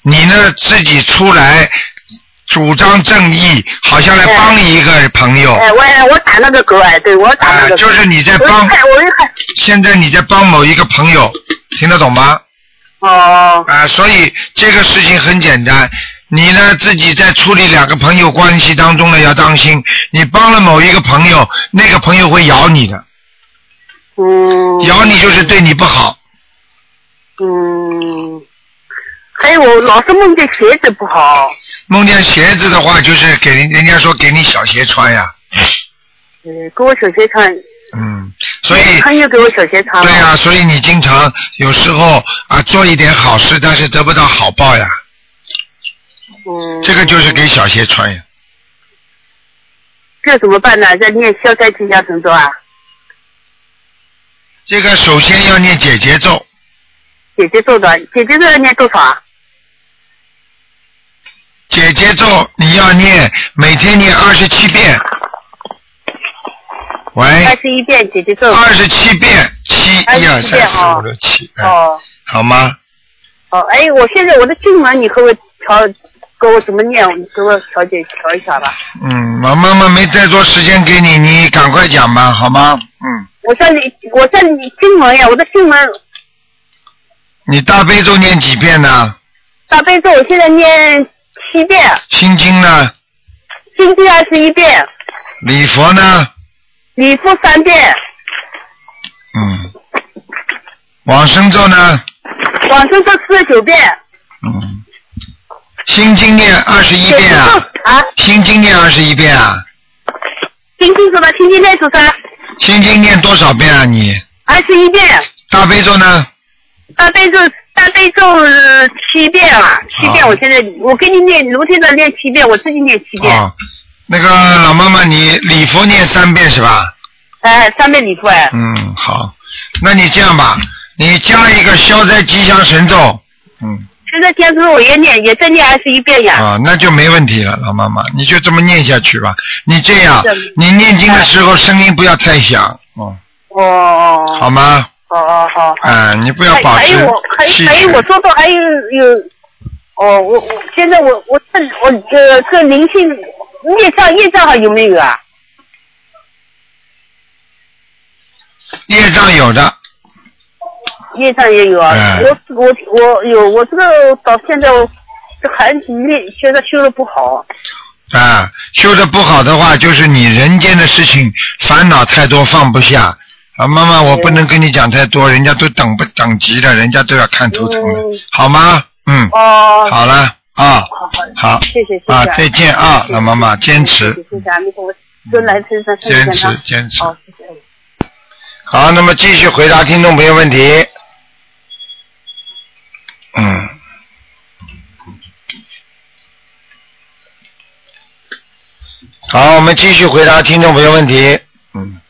Speaker 2: 你呢自己出来主张正义，好像来帮你一个朋友。
Speaker 1: 哎，我哎我打那个狗，哎，对我打那
Speaker 2: 啊
Speaker 1: 个，狗，
Speaker 2: 哦就是你在
Speaker 1: 我一
Speaker 2: 帮，
Speaker 1: 看我一看，
Speaker 2: 现在你在帮某一个朋友，听得懂吗？
Speaker 1: 哦，
Speaker 2: 啊，所以这个事情很简单，你呢自己在处理两个朋友关系当中呢要当心，你帮了某一个朋友，那个朋友会咬你的，
Speaker 1: 嗯，
Speaker 2: 咬你就是对你不好。
Speaker 1: 嗯，还有我老是梦见鞋子不好，
Speaker 2: 梦见鞋子的话，就是给人人家说给你小鞋穿呀，
Speaker 1: 嗯，给我小鞋穿，
Speaker 2: 嗯，所以
Speaker 1: 他又给我小鞋穿了，
Speaker 2: 对啊呀、所以你经常有时候啊做一点好事，但是得不到好报呀，
Speaker 5: 嗯，
Speaker 2: 这个就是给小鞋穿呀。
Speaker 5: 这怎么办呢？在念消灾吉祥神咒啊，
Speaker 2: 这个首先要念解结咒，
Speaker 5: 姐姐做的，姐姐这个念多少啊？
Speaker 2: 解结咒你要念，每天念二十七遍。
Speaker 5: 二
Speaker 2: 喂，
Speaker 5: 十一遍姐姐做。
Speaker 2: 二十七遍，七
Speaker 5: 27
Speaker 2: 一二三
Speaker 5: 遍
Speaker 2: 四
Speaker 5: 哦
Speaker 2: 五六七，哎，
Speaker 5: 哦
Speaker 2: 好吗？
Speaker 5: 哦，哎，我现在我的经文你给我调，给我怎么念？你给我调节调一下吧。
Speaker 2: 嗯，我妈妈没再多时间给你，你赶快讲吧，好吗？嗯，
Speaker 5: 我说你，我说你经文呀，我的经文
Speaker 2: 你大悲咒念几遍呢？
Speaker 5: 大悲咒，我现在念七遍，
Speaker 2: 心经呢？
Speaker 5: 心经二十一遍，
Speaker 2: 礼佛呢？
Speaker 5: 礼佛三遍，
Speaker 2: 嗯，往生咒呢？
Speaker 5: 往生咒四十九遍，
Speaker 2: 嗯，心经念二十一遍
Speaker 5: 姐
Speaker 2: 啊
Speaker 5: 姐，咒啊，
Speaker 2: 心经念二十一遍啊，
Speaker 5: 心经什么？心经念多少？
Speaker 2: 心经念多少遍啊你？
Speaker 5: 二十一遍，
Speaker 2: 大悲咒呢？
Speaker 5: 大悲咒大悲咒呃七遍啊，七遍。
Speaker 2: 啊
Speaker 5: 我现在我给你念，卢天长念七遍，我自己念七遍，
Speaker 2: 啊、那个老妈妈，你礼佛念三遍是吧？
Speaker 5: 哎，三遍礼佛哎，
Speaker 2: 嗯，好，那你这样吧，你加一个消灾吉祥神咒，嗯，
Speaker 5: 现在天书我也念，也在念二十一遍呀。
Speaker 2: 啊，那就没问题了，老妈妈，你就这么念下去吧。你这样
Speaker 5: 是，
Speaker 2: 你念经的时候声音不要太响，哦，
Speaker 5: 哦哦哦
Speaker 2: 好吗？
Speaker 5: 哦哦哦。
Speaker 2: 啊、你不要
Speaker 5: 还
Speaker 2: 保
Speaker 5: 还
Speaker 2: 持
Speaker 5: 有我还
Speaker 2: 细
Speaker 5: 还有我说到还有有，哦，我我现在我我这我这这灵性业障业障还有没有啊？
Speaker 2: 业障有的，
Speaker 5: 业障也有啊。
Speaker 2: 哎
Speaker 5: 我我我有我这个到现在我这孩子念现在修的不好。
Speaker 2: 啊，修的不好的话，就是你人间的事情烦恼太多，放不下。啊，妈妈，我不能跟你讲太多，人家都等不等急了，人家都要看图腾的，
Speaker 5: 嗯
Speaker 2: 好吗？嗯，
Speaker 5: 哦，
Speaker 2: 好了啊，
Speaker 5: 好好，
Speaker 2: 好
Speaker 5: 谢谢谢谢
Speaker 2: 啊，再见啊，老妈妈，坚持，
Speaker 5: 谢谢谢谢啊，你给我祝男生身体
Speaker 2: 坚
Speaker 5: 健康
Speaker 2: 持，。
Speaker 6: 哎
Speaker 2: 坚持。
Speaker 5: 哦，谢谢。
Speaker 2: 好，那么继续回答听众朋友问题。嗯。好，我们继续回答听众朋友问题。嗯。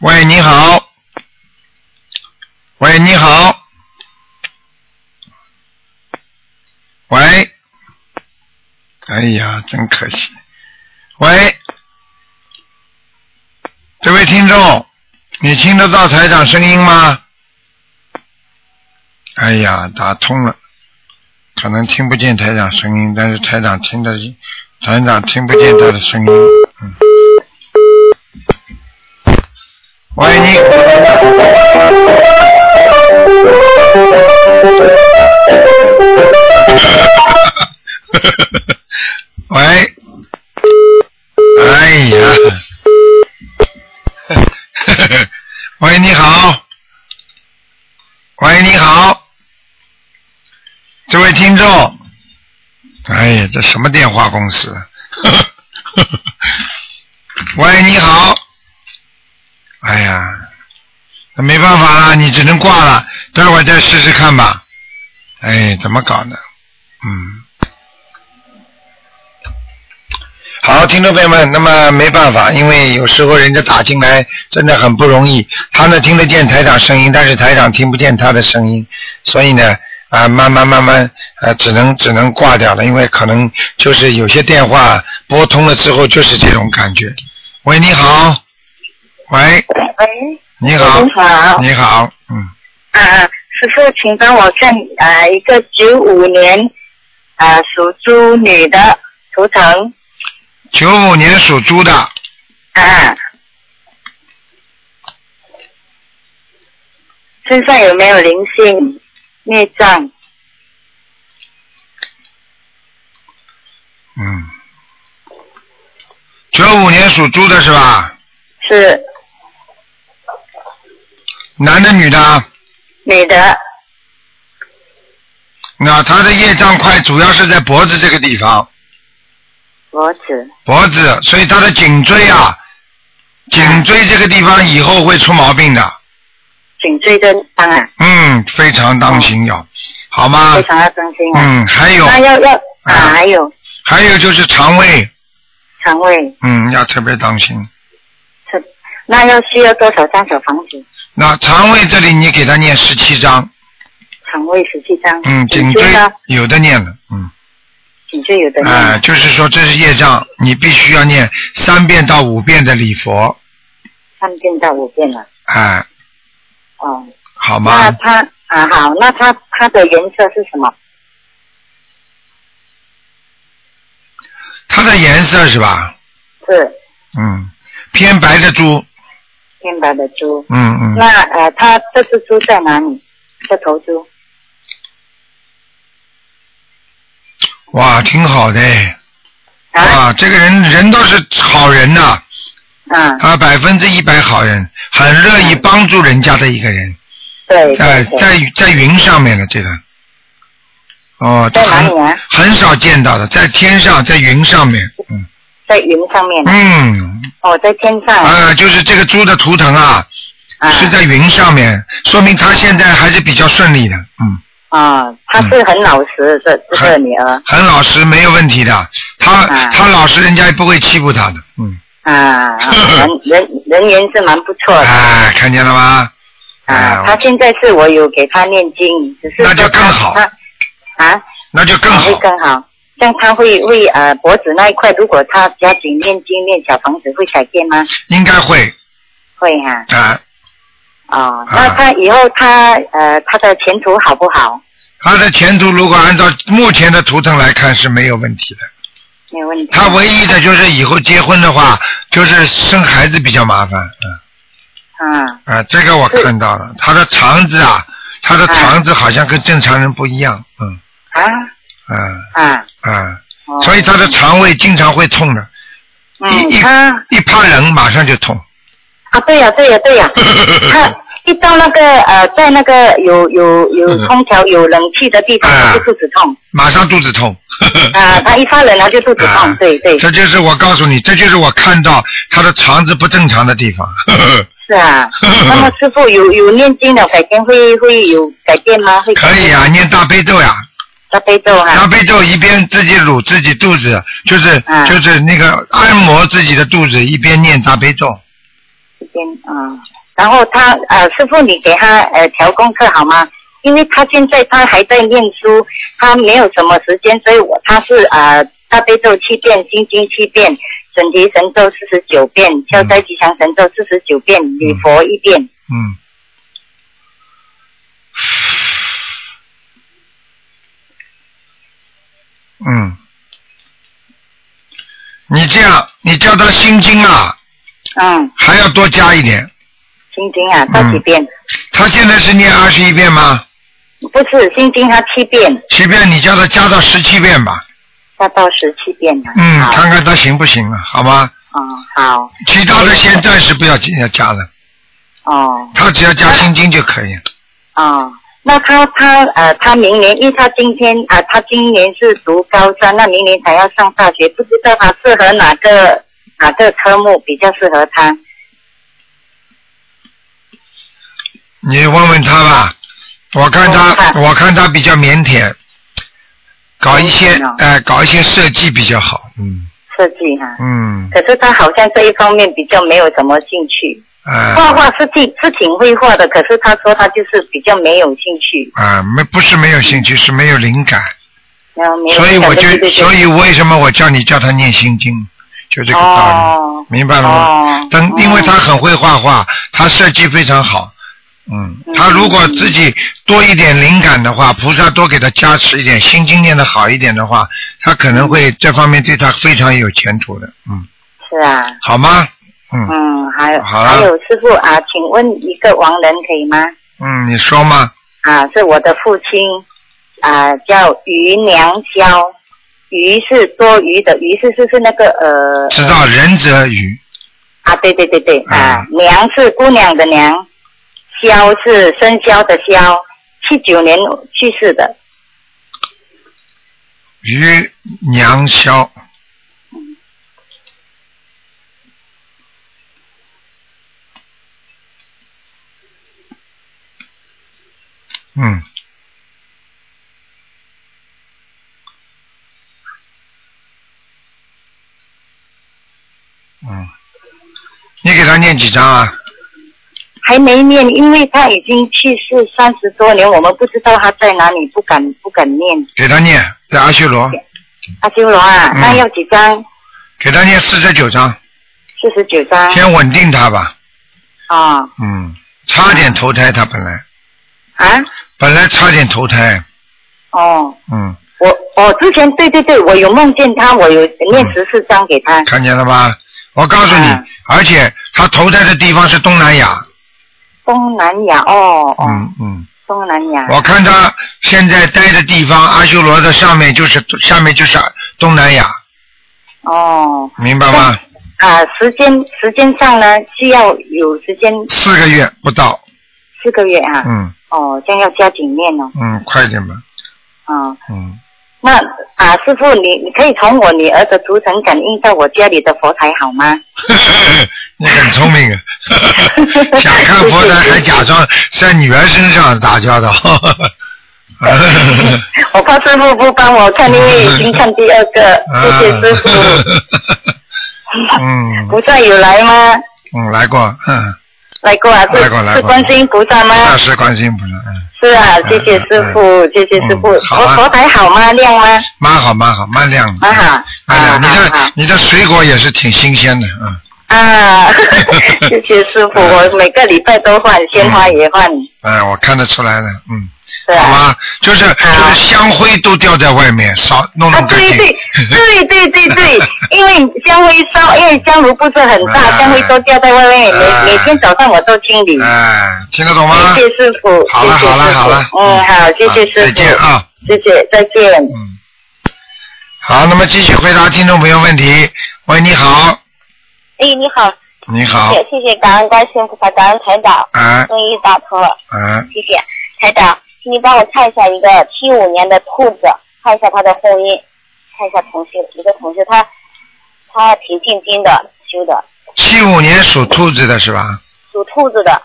Speaker 2: 喂，你好。喂，你好。喂，哎呀，真可惜。喂，这位听众，你听得到台长声音吗？哎呀，打通了，可能听不见台长声音，但是台长听得，台长听不见他的声音。嗯。喂，你 喂，哎呀， 喂，你好，喂，你好，这位听众，哎呀，这什么电话公司？ 喂，你好，哎呀，那没办法了，你只能挂了，待会儿再试试看吧。哎，怎么搞呢？嗯。好，听众朋友们，那么没办法，因为有时候人家打进来真的很不容易。他呢听得见台长声音，但是台长听不见他的声音，所以呢，啊，慢慢慢慢，啊，只能只能挂掉了，因为可能就是有些电话拨通了之后就是这种感觉。喂，你好，喂，
Speaker 6: 喂，
Speaker 2: 你好
Speaker 6: 你，好，
Speaker 2: 你好，嗯，
Speaker 6: 啊，师傅，请帮我看啊一个九五年啊属猪女的图腾
Speaker 2: 九五年属猪的，
Speaker 6: 啊，身上有没有灵性孽障？
Speaker 2: 嗯，九五年属猪的是吧？
Speaker 6: 是
Speaker 2: 男的女的？
Speaker 6: 女的，
Speaker 2: 那他的业障块主要是在脖子这个地方，
Speaker 6: 脖子
Speaker 2: 脖子，所以他的颈椎啊，颈椎这个地方以后会出毛病的，
Speaker 1: 颈椎的当
Speaker 6: 啊
Speaker 1: 然
Speaker 2: 嗯，非常当心要，好吗
Speaker 1: 非？常要当心啊。
Speaker 2: 嗯，还有
Speaker 1: 那要要啊，
Speaker 2: 啊
Speaker 1: 还有
Speaker 2: 还有就是肠胃，
Speaker 1: 肠胃，
Speaker 2: 嗯，要特别当心。
Speaker 1: 这那要需要多少张小房子？
Speaker 2: 那肠胃这里你给他念十七章，
Speaker 1: 肠胃十七张，
Speaker 2: 嗯，颈椎
Speaker 1: 椎呢？
Speaker 2: 有的念了，嗯，
Speaker 1: 颈椎有的念，
Speaker 2: 哎、就是说这是业障，你必须要念三遍到五遍的礼佛，
Speaker 1: 三遍到五遍了。
Speaker 2: 哎、
Speaker 1: 哦，
Speaker 2: 好
Speaker 1: 那
Speaker 2: 吗？
Speaker 1: 它啊好，那它它的颜色是什么？
Speaker 2: 它的颜色是吧？
Speaker 1: 是
Speaker 2: 嗯，偏白的猪，
Speaker 1: 偏白的猪。
Speaker 2: 嗯嗯。
Speaker 1: 那呃，它这只猪在哪里？这头猪
Speaker 2: 哇，挺好的哎，
Speaker 1: 啊
Speaker 2: 啊，这个人人倒是好人呐、
Speaker 1: 啊，
Speaker 2: 啊，百分之一百好人，很乐意帮助人家的一个人，
Speaker 1: 对
Speaker 2: 在
Speaker 1: 对对，
Speaker 2: 在在云上面了，这个，哦，这
Speaker 1: 在哪
Speaker 2: 很
Speaker 1: 里啊？
Speaker 2: 很少见到的，在天上，在云上面，嗯
Speaker 1: 在云上面。
Speaker 2: 嗯，
Speaker 1: 哦，在天上
Speaker 2: 啊、就是这个猪的图腾啊，
Speaker 1: 啊
Speaker 2: 是在云上面，说明他现在还是比较顺利的，嗯。
Speaker 1: 啊，他是很老实，这这个
Speaker 2: 很
Speaker 1: 女儿
Speaker 2: 很老实，没有问题的。他、
Speaker 1: 啊
Speaker 2: 他老实，人家也不会欺负他的。嗯，
Speaker 1: 啊，人 人人缘是蛮不错的
Speaker 2: 哎，看见了吗？
Speaker 1: 啊。他
Speaker 2: 哎，
Speaker 1: 现在是我有给他念经，只是
Speaker 2: 那就
Speaker 1: 说
Speaker 2: 更
Speaker 1: 他
Speaker 2: 好
Speaker 1: 他啊，
Speaker 2: 那就更好
Speaker 1: 会。更好。像他会会呃脖子那一块，如果他加紧念经念小房子，会改变吗？
Speaker 2: 应该会
Speaker 1: 会哈、
Speaker 2: 啊。
Speaker 1: 哦，
Speaker 2: 啊
Speaker 1: 那他以后他呃他的前途好不好？
Speaker 2: 他的前途如果按照目前的图腾来看是没有问题的。
Speaker 1: 没有问题。
Speaker 2: 他唯一的就是以后结婚的话，就是生孩子比较麻烦。嗯
Speaker 1: 啊
Speaker 2: 啊，这个我看到了，他的肠子啊，他的
Speaker 1: 啊
Speaker 2: 肠子好像跟正常人不一样。嗯
Speaker 1: 啊
Speaker 2: 啊
Speaker 1: 啊！
Speaker 2: 啊，
Speaker 1: 哦
Speaker 2: 所以他的肠胃经常会痛的，
Speaker 1: 嗯
Speaker 2: 一一
Speaker 1: 他
Speaker 2: 一怕冷马上就 痛。
Speaker 1: 啊，对呀、对呀、对呀、
Speaker 2: 嗯
Speaker 1: 他一到那个呃，在那个有有有空调、有冷气的地方，
Speaker 2: 嗯啊
Speaker 1: 他就肚子痛
Speaker 2: 马上肚子 痛。
Speaker 1: 啊、他一发冷他就肚子痛，
Speaker 2: 啊
Speaker 1: 对对，
Speaker 2: 这就是我告诉你，这就是我看到他的肠子不正常的 地方。
Speaker 1: 是啊。那么师傅有有念经的改天会会有改变吗？会
Speaker 2: 可以啊，念大悲咒呀、
Speaker 1: 大悲咒
Speaker 2: 大
Speaker 1: 哈、
Speaker 2: 悲咒一边自己撸自己肚子，就是、
Speaker 1: 啊
Speaker 2: 就是那个按摩自己的肚子，一边念大悲咒。
Speaker 1: 这边啊。然后他呃，师傅你给他呃调功课好吗？因为他现在他还在念书，他没有什么时间，所以我他是呃大悲咒七遍，心经七遍，准提神咒四十九遍，消灾吉祥神咒四十九遍，礼佛一遍。
Speaker 2: 嗯。嗯，你这样，你叫他心经啊，
Speaker 1: 嗯，
Speaker 2: 还要多加一点。
Speaker 1: 心经啊，到几遍？
Speaker 2: 他现在是念二十一遍吗？
Speaker 1: 不是心经，他七遍，
Speaker 2: 随便你叫他加到十七遍吧，
Speaker 1: 他到十七遍了。
Speaker 2: 嗯，
Speaker 1: 好，
Speaker 2: 看看他行不行啊，好吗？
Speaker 1: 哦， 好，
Speaker 2: 其他的先暂时不要加加了，
Speaker 1: 哦，
Speaker 2: 他只要加心经就可以。
Speaker 1: 哦，那他他呃，他明年，因为他今天啊、呃他今年是读高三，那明年才要上大学，不知道他适合哪个哪个科目比较适合他。
Speaker 2: 你问问他吧，我看
Speaker 1: 我
Speaker 2: 他，
Speaker 1: 看
Speaker 2: 我看他比较腼腆，搞一些
Speaker 1: 腼腆啊
Speaker 2: 哎、搞一些设计比较好，嗯
Speaker 1: 设计哈、
Speaker 2: 嗯
Speaker 1: 可是他好像这一方面比较没有什么兴趣，
Speaker 2: 哎
Speaker 1: 画
Speaker 2: 啊
Speaker 1: 画是挺是挺会画的，可是他说他就是比较没有兴趣，
Speaker 2: 啊没不是没有兴趣，是没有灵感，
Speaker 1: 然后没有
Speaker 2: 所以
Speaker 1: 感觉
Speaker 2: 我就
Speaker 1: 对对对
Speaker 2: 所以为什么我叫你叫他念心经，就这个道理，
Speaker 1: 哦
Speaker 2: 明白了吗？
Speaker 1: 哦，
Speaker 2: 但因为他
Speaker 1: 嗯
Speaker 2: 很会画画，他设计非常好。嗯，他如果自己多一点灵感的话，菩萨多给他加持一点，心经念的好一点的话，他可能会这方面对他非常有前途的。嗯，
Speaker 1: 是啊，
Speaker 2: 好吗？嗯
Speaker 1: 嗯，还有
Speaker 2: 好了
Speaker 1: 还有师傅啊，请问一个亡人可以吗？
Speaker 2: 嗯，你说嘛？
Speaker 1: 啊，是我的父亲啊，叫余良霄，余是多余的余是是是那个呃
Speaker 2: 知道仁者愚，
Speaker 1: 啊，对对对对啊
Speaker 2: 嗯，
Speaker 1: 娘是姑娘的娘，霄是生肖的肖，七九年去世的，
Speaker 2: 愚娘消。嗯。嗯，你给他念几张啊？
Speaker 5: 还没念，因为他已经去世三十多年，我们不知道他在哪里，不敢不敢念。
Speaker 2: 给他念，在阿修罗，
Speaker 5: 阿修罗啊，
Speaker 2: 嗯
Speaker 5: 那要几张？
Speaker 2: 给他念四十九章，
Speaker 5: 四十九张。
Speaker 2: 先稳定他吧。
Speaker 5: 啊
Speaker 2: 嗯，差点投胎，他本来
Speaker 5: 啊
Speaker 2: 本来差点投胎，
Speaker 5: 哦，
Speaker 2: 嗯，
Speaker 5: 我我之前对对对，我有梦见他，我有念十四张给他。
Speaker 2: 看见了吧？我告诉你
Speaker 5: 嗯，
Speaker 2: 而且他投胎的地方是东南亚，
Speaker 5: 东南亚哦哦，
Speaker 2: 嗯嗯，
Speaker 5: 东南亚。
Speaker 2: 我看他现在待的地方，阿修罗的上面就是下面就是东南亚，
Speaker 5: 哦
Speaker 2: 明白吗？
Speaker 5: 啊，时间时间上呢，需要有时间
Speaker 2: 四个月不到，
Speaker 5: 四个月啊。
Speaker 2: 嗯
Speaker 5: 哦，这样要加紧念哦。
Speaker 2: 嗯，快点吧，
Speaker 5: 啊、
Speaker 2: 嗯，
Speaker 5: 那啊，师傅，你你可以从我女儿的图腾感应到我家里的佛台好吗？
Speaker 2: 你很聪明啊，想看佛台还假 装在女儿身上打交道，
Speaker 5: 我怕师傅不帮我看，因为已经看第二 个，
Speaker 2: 啊
Speaker 5: 谢谢师傅。
Speaker 2: 嗯
Speaker 5: 菩萨有来吗？
Speaker 2: 嗯，来过，嗯，
Speaker 5: 来过啊，是
Speaker 2: 来过来过啊
Speaker 5: 是观世音菩萨吗？
Speaker 2: 那是观世音菩萨，嗯，
Speaker 5: 是啊，谢谢师傅，谢谢师傅。
Speaker 2: 嗯好
Speaker 5: 我
Speaker 2: 啊
Speaker 5: 佛台好吗？亮吗？
Speaker 2: 蛮好蛮好，蛮亮的，嗯
Speaker 5: 蛮好
Speaker 2: 蛮亮，你
Speaker 5: 好好
Speaker 2: 的
Speaker 5: 好
Speaker 2: 你的水果也是挺新鲜的， 嗯
Speaker 5: 啊，谢谢师傅，我每个礼拜都换，鲜花也换，
Speaker 2: 哎，我看得出来的，嗯。
Speaker 5: 是
Speaker 2: 好
Speaker 5: 啊。
Speaker 2: 吧，就是就是香灰都掉在外面，少弄
Speaker 5: 啊，
Speaker 2: 弄干
Speaker 5: 对
Speaker 2: 净。
Speaker 5: 对 对对对对，因为香灰烧，因为香炉不是很
Speaker 2: 哎
Speaker 5: 大，香灰都掉在外面，
Speaker 2: 哎
Speaker 5: 每每天早上我都清理。
Speaker 2: 哎，听得懂吗？
Speaker 5: 谢谢师傅，
Speaker 2: 好了
Speaker 5: 谢谢
Speaker 2: 好了
Speaker 5: 师傅
Speaker 2: 好了
Speaker 5: 嗯，好，谢谢
Speaker 2: 啊
Speaker 5: 师
Speaker 2: 再见
Speaker 5: 傅，
Speaker 2: 啊，
Speaker 5: 谢谢，再见。
Speaker 2: 嗯。好，那么继续回答听众朋友问题。喂，你好，
Speaker 1: 哎，你好，
Speaker 2: 你
Speaker 1: 谢
Speaker 2: 好，
Speaker 1: 谢谢谢感恩观世音菩萨，感恩台长，
Speaker 2: 哎
Speaker 1: 终于打通了，
Speaker 2: 哎，
Speaker 1: 谢谢台长，请你帮我看一下一个七五年的兔子，看一下他的婚姻，看一下同事一个同事，他他挺进京的修的，
Speaker 2: 七五年属兔子的是吧？
Speaker 1: 属兔子的，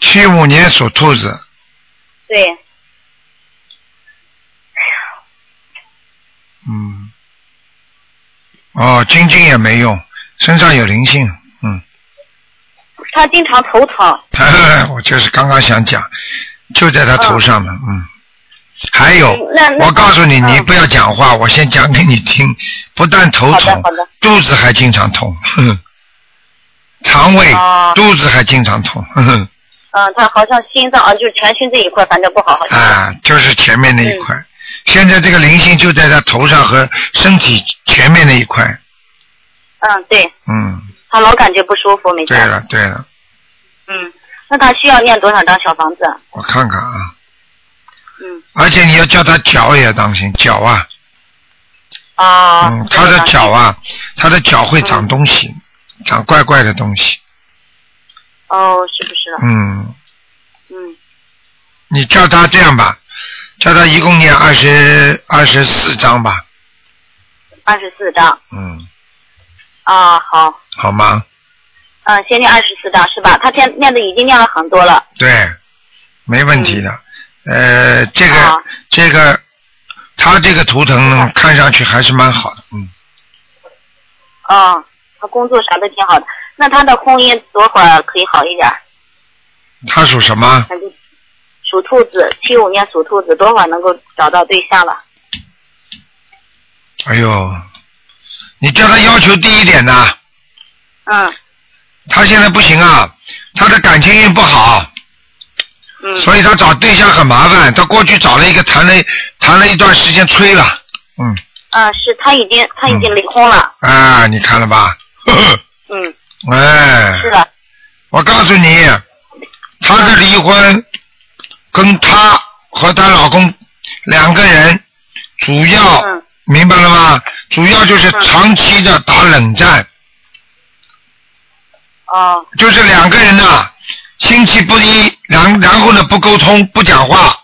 Speaker 2: 七五年属兔子，
Speaker 1: 对，
Speaker 2: 嗯，哦，精进也没用，身上有灵性，嗯，
Speaker 1: 他经常头疼，
Speaker 2: 我就是刚刚想讲，就在他头上呢，嗯。还有
Speaker 1: 那，那
Speaker 2: 我告诉你，
Speaker 1: 嗯
Speaker 2: 你不要讲话，我先讲给你听。不但头
Speaker 1: 好的
Speaker 2: 痛
Speaker 1: 好的，
Speaker 2: 肚子还经常痛，呵呵肠胃、
Speaker 1: 哦
Speaker 2: 肚子还经常痛，呵呵
Speaker 1: 嗯，他好像心脏啊，就是全身这一块，反正不好，好像，
Speaker 2: 啊，就是前面那一
Speaker 1: 嗯
Speaker 2: 块。现在这个灵性就在他头上和身体前面那一块，
Speaker 1: 嗯，对
Speaker 2: 嗯，
Speaker 1: 他老感觉不舒服，每
Speaker 2: 对
Speaker 1: 天，
Speaker 2: 了对了，
Speaker 1: 嗯，那他需要念多少张小房子？
Speaker 2: 我看看啊，
Speaker 1: 嗯，
Speaker 2: 而且你要叫他脚也要当心，脚啊，
Speaker 1: 啊、
Speaker 2: 嗯，他的脚啊，他的脚会长东西，长怪怪的东西。
Speaker 1: 哦，是不是？
Speaker 2: 嗯，
Speaker 1: 嗯，
Speaker 2: 你叫他这样吧，叫他一共念二十二十四章吧。
Speaker 1: 二十四张
Speaker 2: 嗯，
Speaker 1: 啊，好，
Speaker 2: 好吗？
Speaker 1: 嗯，先念二十四张是吧？他现念的已经念了很多了，
Speaker 2: 对，没问题的。呃，这个、
Speaker 1: 好
Speaker 2: 这个，他这个图腾看上去还是蛮好的。嗯，
Speaker 1: 嗯，他工作啥都挺好的。那他的婚姻多会儿可以好一点？
Speaker 2: 他属什么？
Speaker 1: 那就属兔子，七五年属兔子，多会儿能够找到对象了？
Speaker 2: 哎呦，你叫他要求低一点呐、
Speaker 1: 嗯
Speaker 2: 他现在不行啊，他的感情运不好。
Speaker 1: 嗯，
Speaker 2: 所以他找对象很麻烦，他过去找了一个，谈了谈了一段时间，吹了，嗯，
Speaker 1: 嗯，是他已经他已经离婚了，
Speaker 2: 啊，你看了吧？ 呵呵
Speaker 1: 嗯，
Speaker 2: 哎，
Speaker 1: 是啊的，
Speaker 2: 我告诉你，她的离婚跟她和她老公两个人主要、
Speaker 1: 嗯
Speaker 2: 明白了吗？主要就是
Speaker 1: 嗯
Speaker 2: 长期的打冷战，
Speaker 1: 哦
Speaker 2: 就是两个人呐、心气不一，然然后呢不沟通不讲话，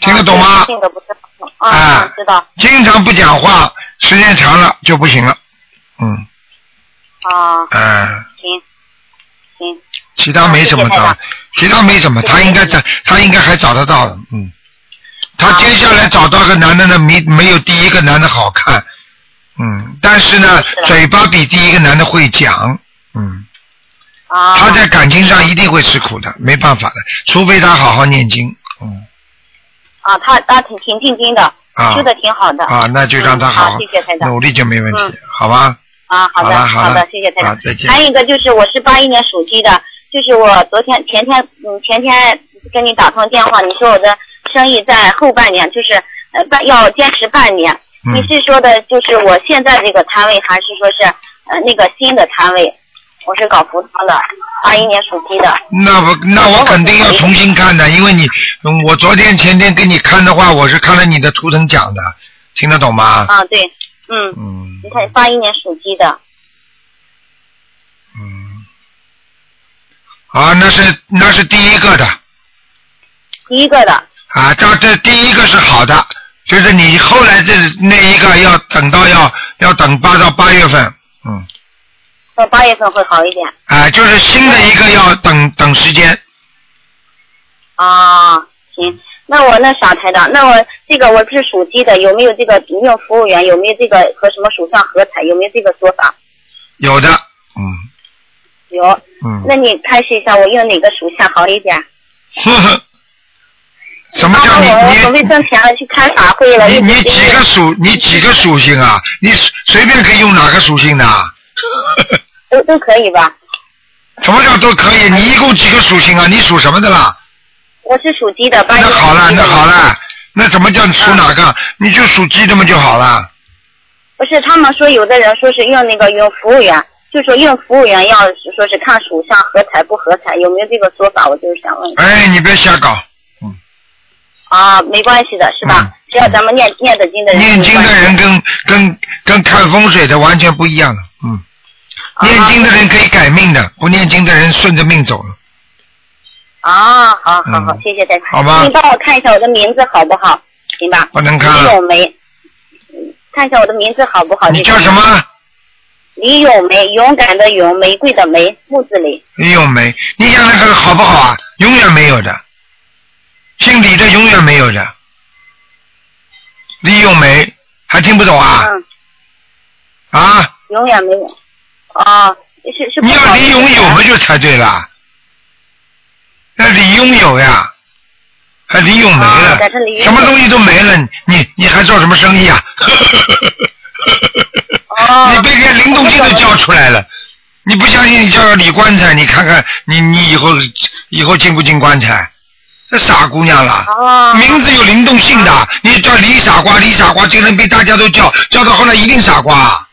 Speaker 2: 听得懂吗？
Speaker 1: 性格不是很好，嗯，
Speaker 2: 啊
Speaker 1: 嗯知道
Speaker 2: 经常不讲话，时间长了就不行了。嗯，
Speaker 1: 啊，
Speaker 2: 哎、
Speaker 1: 行行，
Speaker 2: 其他没什么
Speaker 1: 啊谢
Speaker 2: 大
Speaker 1: 谢台长，
Speaker 2: 其他没什么，
Speaker 1: 谢谢
Speaker 2: 他应该在，他应该还找得到的，嗯。他
Speaker 1: 啊
Speaker 2: 接下来找到个男的呢，没没有第一个男的好看，嗯，但是呢，嘴巴比第一个男的会讲，嗯，
Speaker 1: 啊，
Speaker 2: 他在感情上一定会吃苦的，没办法的，除非他好好念经，嗯，
Speaker 1: 啊，他他挺挺静静的，
Speaker 2: 啊
Speaker 1: 修的挺好的
Speaker 2: 啊，那就让他好
Speaker 1: 好，谢谢台长
Speaker 2: 努力就没问题
Speaker 1: 嗯，
Speaker 2: 好吧？
Speaker 1: 啊，好的
Speaker 2: 了好了
Speaker 1: 的，谢谢台
Speaker 2: 啊
Speaker 1: 长。，哎
Speaker 2: 再见。
Speaker 1: 还有一个就是我是八一年属鸡的，就是我昨天前天嗯前天跟你打通电话，你说我的生意在后半年，就是呃半要坚持半年。
Speaker 2: 嗯
Speaker 1: 你是说的就是我现在这个摊位，还是说是呃那个新的摊位？我是搞服装的，八一年属鸡的。
Speaker 2: 那我那我肯定要重新看的，因为你，嗯我昨天前天给你看的话，我是看了你的图腾讲的，听得懂吗？
Speaker 1: 啊，对，嗯，
Speaker 2: 嗯
Speaker 1: 你看八一年属鸡的，
Speaker 2: 嗯，啊，那是那是第一个的
Speaker 1: 第一个的
Speaker 2: 啊，这这第一个是好的，就是你后来这那一个要等到要要等八到八月份，嗯，
Speaker 1: 到呃八月份会好一点
Speaker 2: 啊，就是新的一个要等等时间，
Speaker 1: 啊。行，那我那啥台长，那我这个我不是属鸡的，有没有这个有没有服务员，有没有这个和什么属相合财，有没有这个说法？
Speaker 2: 有的，嗯
Speaker 1: 有，
Speaker 2: 嗯，
Speaker 1: 那你开示一下，我用哪个属相好一点？
Speaker 2: 呵呵，什么叫
Speaker 1: 然
Speaker 2: 你
Speaker 1: 后
Speaker 2: 你
Speaker 1: 我我为挣钱了，去开法会了，
Speaker 2: 你
Speaker 1: 一
Speaker 2: 你
Speaker 1: 直
Speaker 2: 几个属你几个属性啊？你随随便可以用哪个属性的啊？
Speaker 1: 都都可以吧？
Speaker 2: 什么叫都可以？你一共几个属性啊？你属什么的啦？
Speaker 1: 我是属鸡的，八一
Speaker 2: 那
Speaker 1: 年
Speaker 2: 好了，
Speaker 1: 属鸡
Speaker 2: 那
Speaker 1: 的
Speaker 2: 好了，那怎么叫
Speaker 1: 啊
Speaker 2: 属哪个？你就属鸡的嘛就好了。
Speaker 1: 不是，他们说有的人说是用那个用服务员，就说用服务员要是说是看属相合财不合财，有没有这个说法？我就是想问一下。
Speaker 2: 哎，你别瞎搞，
Speaker 1: 啊，没关系的是吧？
Speaker 2: 嗯
Speaker 1: 只要咱们念念得经的人，
Speaker 2: 念经的人跟跟跟看风水的完全不一样了。嗯，
Speaker 1: 啊
Speaker 2: 念经的人可以改命的，不念经的人顺着命走了。
Speaker 1: 啊，好好好，
Speaker 2: 嗯
Speaker 1: 谢谢大家。
Speaker 2: 好吧
Speaker 1: 你帮我看一下我的名字好不好？行吧。
Speaker 2: 不能看了
Speaker 1: 李咏梅，嗯看一下我的名字好不好？
Speaker 2: 你
Speaker 1: 这个
Speaker 2: 叫什么？
Speaker 1: 李咏梅，勇敢的勇，玫瑰的玫，木字李。
Speaker 2: 李咏梅，哎你想那个好不好啊？永远没有的，姓李的永远没有的。李咏梅还听不懂啊？
Speaker 1: 嗯，
Speaker 2: 啊，
Speaker 1: 永远没有。啊，是嗯是不
Speaker 2: 你
Speaker 1: 好
Speaker 2: 要
Speaker 1: 的。
Speaker 2: 李永友嘛就猜对了，那李永友呀，还李咏梅
Speaker 1: 啊
Speaker 2: 了
Speaker 1: 改成李，咏
Speaker 2: 什么东西都没了，你你还做什么生意啊？
Speaker 1: 哦
Speaker 5: 啊
Speaker 2: 你被连灵动性都叫出来了，你不相信你叫叫李棺材，你看看你你以后以后进不进棺材？这傻姑娘了。
Speaker 5: 啊
Speaker 1: 哦，
Speaker 2: 名字有灵动性的，你叫李傻瓜，李傻瓜，这个人被大家都叫，叫到后来一定傻瓜，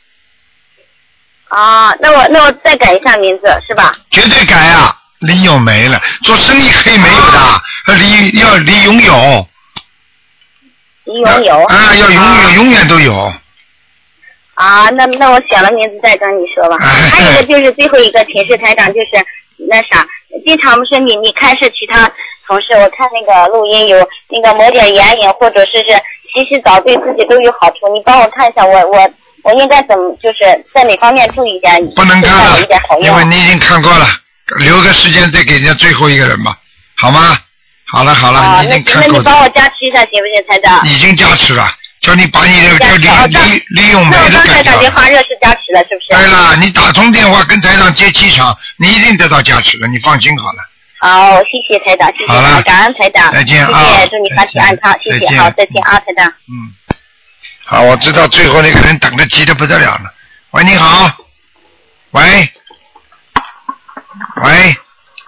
Speaker 1: 啊，那我那我再改一下名字是吧？
Speaker 2: 绝对改啊！李有没了，做生意可以没有的，李要李拥有，
Speaker 1: 李永友
Speaker 2: 啊，要永远永远都有，
Speaker 1: 啊，那那我选了名字再跟你说吧。
Speaker 2: 哎
Speaker 1: 还有一个就是最后一个寝室台长就是那啥，经常不是你你看是其他同事，我看那个录音有那个抹点眼影或者是是洗洗澡对自己都有好处，你帮我看一下我我我应该怎么就是在哪方面注意一点，
Speaker 2: 不能看
Speaker 1: 对我
Speaker 2: 了
Speaker 1: 有一点好，
Speaker 2: 因
Speaker 1: 用啊
Speaker 2: 为。你已经看过了，留个时间再给人家最后一个人吧，好吗？好了好了，
Speaker 1: 啊，
Speaker 2: 你已
Speaker 1: 那
Speaker 2: 经
Speaker 1: 那
Speaker 2: 看
Speaker 1: 你
Speaker 2: 够
Speaker 1: 帮
Speaker 2: 了，
Speaker 1: 我加持一下行不行，台长？
Speaker 2: 已经加持了，叫你把你的
Speaker 1: 加
Speaker 2: 叫
Speaker 1: 持好
Speaker 2: 李
Speaker 1: 的
Speaker 2: 李李永梅
Speaker 1: 那我
Speaker 2: 的
Speaker 1: 刚才
Speaker 2: 改
Speaker 1: 打
Speaker 2: 掉
Speaker 1: 电
Speaker 2: 了。哎
Speaker 1: 话热是加持了，是不
Speaker 2: 对
Speaker 1: 是？
Speaker 2: 啊了，你打通电话跟台长接气场，你一定得到加持的，你放心好了。
Speaker 1: 好，谢谢台长，谢谢
Speaker 2: 好了
Speaker 1: 台长，感恩台长，
Speaker 2: 再见啊
Speaker 1: 谢谢，祝你身体安康，谢
Speaker 2: 再
Speaker 1: 谢，
Speaker 2: 见
Speaker 1: 好，再见啊，台长。
Speaker 2: 嗯。好，我知道最后那个人等的急得不得了了。喂，你好。喂。喂，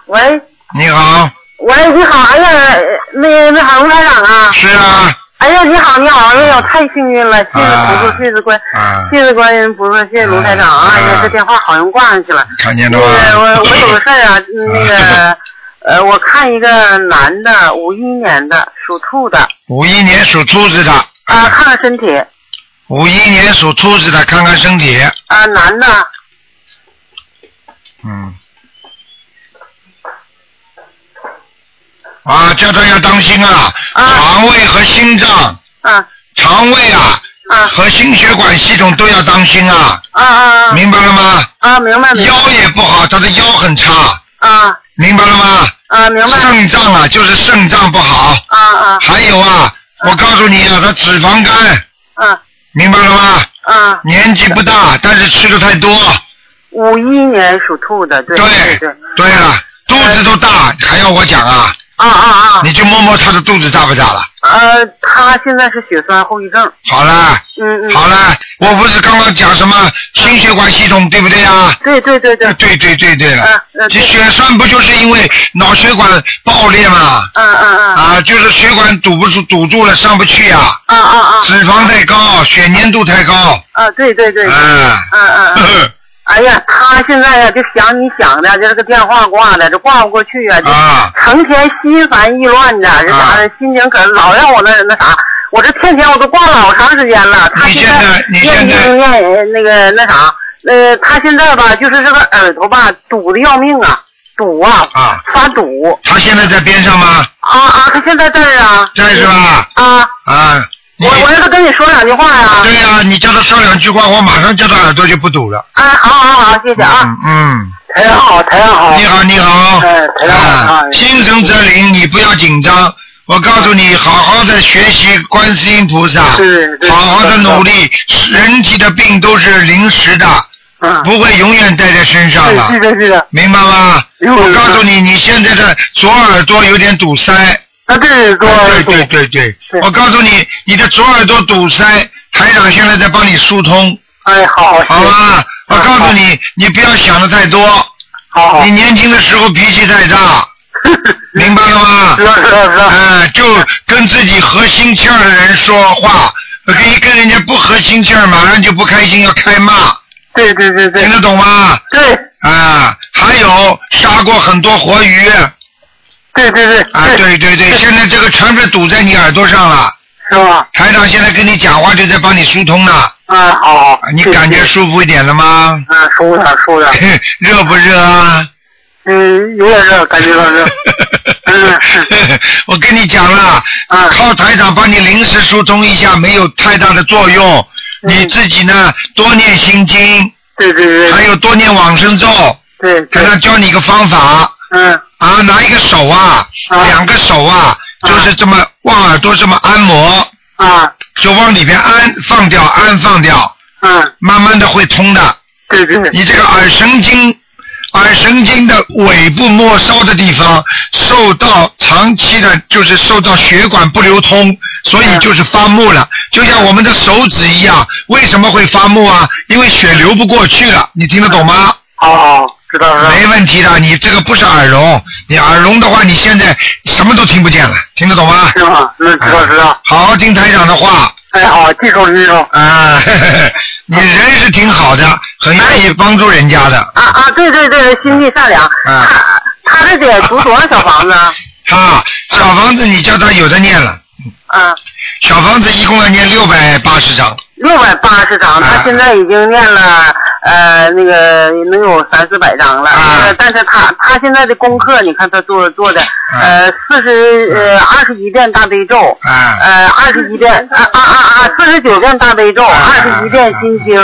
Speaker 5: 喂
Speaker 2: 你好。
Speaker 5: 喂，你好，哎呀，那那好，吴台长啊，
Speaker 2: 是啊。
Speaker 5: 哎呀，你好，你好，哎呀，太幸运了，谢谢菩萨，谢谢观，
Speaker 2: 啊。
Speaker 5: 谢谢观音菩萨，谢谢卢台长啊，哎呀，这电话好像挂上去了。
Speaker 2: 看见了
Speaker 5: 那个
Speaker 2: 吗？
Speaker 5: 我我有个事 儿啊，那个呃，我看一个男的，五一年的，属兔的
Speaker 2: 五一年属兔子的。
Speaker 5: 啊，看看身体
Speaker 2: 五一年属兔子的，看看身体。
Speaker 5: 啊，男的
Speaker 2: 嗯。啊，叫他要当心啊，
Speaker 5: 啊
Speaker 2: 肠胃和心脏，
Speaker 5: 啊
Speaker 2: 肠胃啊
Speaker 5: 啊
Speaker 2: 和心血管系统都要当心啊，
Speaker 5: 啊啊
Speaker 2: 明白了吗？
Speaker 5: 啊，明白明白
Speaker 2: 腰也不好，他的腰很差，
Speaker 5: 啊
Speaker 2: 明白了吗？
Speaker 5: 啊，明白。
Speaker 2: 肾脏啊，就是肾脏不好。
Speaker 5: 啊啊
Speaker 2: 还有啊，我告诉你啊，他脂肪肝，
Speaker 5: 啊
Speaker 2: 明白了吗？
Speaker 5: 啊！
Speaker 2: 年纪不大，但是吃的太多。
Speaker 5: 五一年属兔的，对对对，
Speaker 2: 对了，肚子都大，还要我讲啊？
Speaker 5: 啊啊啊！
Speaker 2: 你就摸摸他的肚子大不大了？
Speaker 5: 呃，他现在是血栓后遗症。
Speaker 2: 好了，
Speaker 5: 嗯嗯。嗯
Speaker 2: 好了，我不是刚刚讲什么心血管系统对不对啊？
Speaker 5: 对对对对。
Speaker 2: 对对对对
Speaker 5: 嗯
Speaker 2: 了，
Speaker 5: 嗯
Speaker 2: 这血栓不就是因为脑血管爆裂嘛？
Speaker 5: 嗯嗯嗯。
Speaker 2: 啊，就是血管堵不住，堵住了上不去呀、啊。
Speaker 5: 啊啊啊！
Speaker 2: 脂肪太高，血粘度太高，
Speaker 5: 啊，对对对。嗯
Speaker 2: 嗯，
Speaker 5: 嗯嗯。哎呀，他现在呀，就想你想的，就这个电话挂的，这挂不过去呀，就
Speaker 2: 啊，
Speaker 5: 成天心烦意乱的，这咋的？心情可老让我那那啥，我这天天我都挂了老长时间了。他
Speaker 2: 你现在你
Speaker 5: 愿
Speaker 2: 现
Speaker 5: 意
Speaker 2: 在
Speaker 5: 愿意那个那啥，呃，他现在吧，就是这个耳朵吧堵的要命啊，堵啊，
Speaker 2: 啊，
Speaker 5: 发堵
Speaker 2: 他现在在边上吗？
Speaker 5: 啊啊！他现在在这儿啊
Speaker 2: 在是吧？
Speaker 5: 啊！
Speaker 2: 啊，你
Speaker 5: 我我让他跟你说两句话呀、啊。
Speaker 2: 对呀、你叫他说两句话，我马上叫他耳朵就不堵了。
Speaker 5: 啊，好好好，谢谢啊。
Speaker 2: 嗯嗯，
Speaker 5: 台长好，台长好
Speaker 2: 你好你好，
Speaker 5: 哎台长好
Speaker 2: 啊，心诚则灵，你不要紧张。我告诉你，好好的学习观世音菩萨，
Speaker 5: 是是
Speaker 2: 好好的努力，人体的病都是临时的，
Speaker 5: 嗯，
Speaker 2: 不会永远带在身上的
Speaker 5: 是，的，是的。
Speaker 2: 明白吗？
Speaker 5: 明白
Speaker 2: 我
Speaker 5: 明白
Speaker 2: 告诉你，你现在的左耳朵有点堵塞，
Speaker 5: 啊，对
Speaker 2: 对
Speaker 5: 对对
Speaker 2: 对
Speaker 5: 对，
Speaker 2: 对对，
Speaker 5: 是
Speaker 2: 我告诉你，你的左耳朵堵塞，台长现在在帮你疏通，
Speaker 5: 哎，好，
Speaker 2: 好啊
Speaker 5: 谢谢
Speaker 2: 吧？我告诉你，你不要想的太多，
Speaker 5: 好好
Speaker 2: 你，年轻的时候脾气太大，嗯 明白了吗
Speaker 5: 知？道知道知道，
Speaker 2: 嗯，就跟自己合心气儿的人说话，跟一跟人家不合心气儿，马上就不开心，要开骂，
Speaker 5: 对对对对
Speaker 2: 听得懂吗？
Speaker 5: 对
Speaker 2: 啊，还有杀过很多活鱼，
Speaker 5: 对对对，
Speaker 2: 啊，对对对，现在这个全是堵在你耳朵上了。
Speaker 5: 是吧？
Speaker 2: 台长现在跟你讲话就在帮你疏通呢，
Speaker 5: 啊，好好
Speaker 2: 啊，你感觉
Speaker 5: 谢谢
Speaker 2: 舒服一点了吗？
Speaker 5: 啊，舒点舒点，
Speaker 2: 热不热啊？
Speaker 5: 嗯，有点热，感觉 到热，嗯是
Speaker 2: 我跟你讲了，
Speaker 5: 啊
Speaker 2: 靠台长帮你临时疏通一下，没有太大的作用。
Speaker 5: 嗯
Speaker 2: 你自己呢，多念心经，
Speaker 5: 对对对
Speaker 2: 还有多念往生咒。
Speaker 5: 对
Speaker 2: 台
Speaker 5: 对，
Speaker 2: 长教你一个方法
Speaker 5: 嗯
Speaker 2: 啊，拿一个手啊，
Speaker 5: 啊
Speaker 2: 两个手啊，
Speaker 5: 啊
Speaker 2: 就是这么往耳朵这么按摩，
Speaker 5: 啊
Speaker 2: 就往里边按，放掉，按放掉，
Speaker 5: 嗯，
Speaker 2: 慢慢的会通的。
Speaker 5: 对对
Speaker 2: 你这个耳神经，耳神经的尾部末梢的地方受到长期的，就是受到血管不流通，所
Speaker 5: 嗯
Speaker 2: 以就是发木了。就像我们的手指一样，为什么会发木啊？因为血流不过去了。你听得懂吗？
Speaker 5: 好好知道知道，
Speaker 2: 没问题的，你这个不是耳聋，你耳聋的话，你现在什么都听不见了，听得懂吗？啊
Speaker 5: 是吗？嗯，知道知道，
Speaker 2: 好好听台长的话。
Speaker 5: 哎，好，记住了记住了，
Speaker 2: 啊， 嘿嘿嘿你人是挺好的，很愿意帮助人家的。
Speaker 5: 啊啊，对对对，心地善良，
Speaker 2: 啊
Speaker 5: 他他这得读多少小房子啊？
Speaker 2: 他小房子你叫他有的念了，
Speaker 5: 啊，
Speaker 2: 小房子一共要念六百八十张，
Speaker 5: 六百八十张，
Speaker 2: 啊
Speaker 5: 他现在已经念了呃那个能有三四百张了，
Speaker 2: 啊
Speaker 5: 呃但是他他现在的功课，你看他做做的呃四十呃二十一遍大悲咒，
Speaker 2: 啊
Speaker 5: 呃二十一遍啊啊啊啊四十九遍大悲咒，
Speaker 2: 啊
Speaker 5: 二十一遍心经，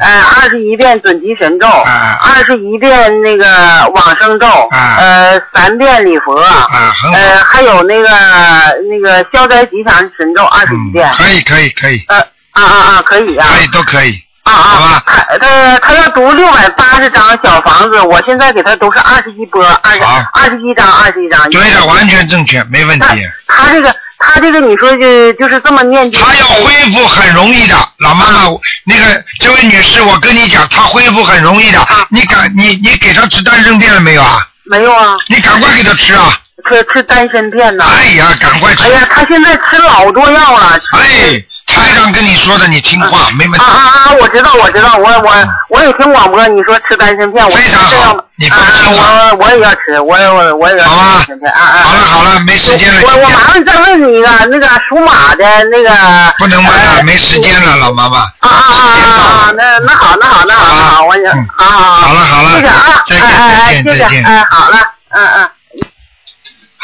Speaker 5: 呃二十一遍准提神咒，
Speaker 2: 啊
Speaker 5: 二十一遍那个往生咒，
Speaker 2: 啊
Speaker 5: 呃三遍礼佛，
Speaker 2: 啊，很好，
Speaker 5: 呃还有那个那个消灾吉祥神咒二十一遍
Speaker 2: 嗯，。可以可以可以，
Speaker 5: 呃，啊啊啊，可以啊，
Speaker 2: 可以都可以，
Speaker 5: 啊
Speaker 2: 好
Speaker 5: 啊
Speaker 2: 吧，
Speaker 5: 他他他要读六百八十张小房子，我现在给他都是二十一波，二十
Speaker 2: 好
Speaker 5: 二十一张，二十一张。
Speaker 2: 对的，完全正确，没问
Speaker 5: 他
Speaker 2: 题。
Speaker 5: 他这个他这个，你说就就是这么念经，
Speaker 2: 他要恢复很容易的，老妈妈，那个这位女士，我跟你讲，她恢复很容易的
Speaker 5: 啊。
Speaker 2: 你赶你你给她吃丹参片了没有啊？
Speaker 5: 没有啊？
Speaker 2: 你赶快给她吃啊！
Speaker 5: 吃吃丹参片呐。
Speaker 2: 哎呀，赶快吃
Speaker 5: 哎！呀，他现在吃老多药了。吃
Speaker 2: 哎，台长跟你说的，你听话，没问
Speaker 5: 啊
Speaker 2: 题。
Speaker 5: 啊啊！我知道，我知道，我我我也听广播，你说吃丹参片，我
Speaker 2: 非常好
Speaker 5: 这样吧
Speaker 2: 你
Speaker 5: 啊
Speaker 2: 放心吧
Speaker 5: 啊我我也要吃，我也我我也要吃
Speaker 2: 好吧
Speaker 5: 丹参片啊啊！
Speaker 2: 好了好了，没时间了。
Speaker 5: 我
Speaker 2: 今
Speaker 5: 我
Speaker 2: 天
Speaker 5: 麻烦再问你一个，那个属马的那个。
Speaker 2: 不能问
Speaker 5: 呃
Speaker 2: 了，没时间了，老妈妈。
Speaker 5: 啊啊啊啊！那那好，那好，那好，那好，我也
Speaker 2: 嗯
Speaker 5: 好好
Speaker 2: 好
Speaker 5: 好，
Speaker 2: 了好了
Speaker 5: 谢谢啊，，
Speaker 2: 再
Speaker 5: 哎哎哎
Speaker 2: 见再见再
Speaker 5: 谢谢，
Speaker 2: 见。
Speaker 5: 哎，好了，嗯嗯。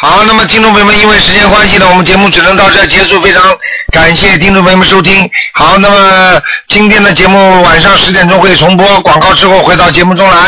Speaker 2: 好，那么听众朋友们，因为时间关系呢，我们节目只能到这儿结束。非常感谢听众朋友们收听。好，那么今天的节目晚上十点钟会重播，广告之后回到节目中来。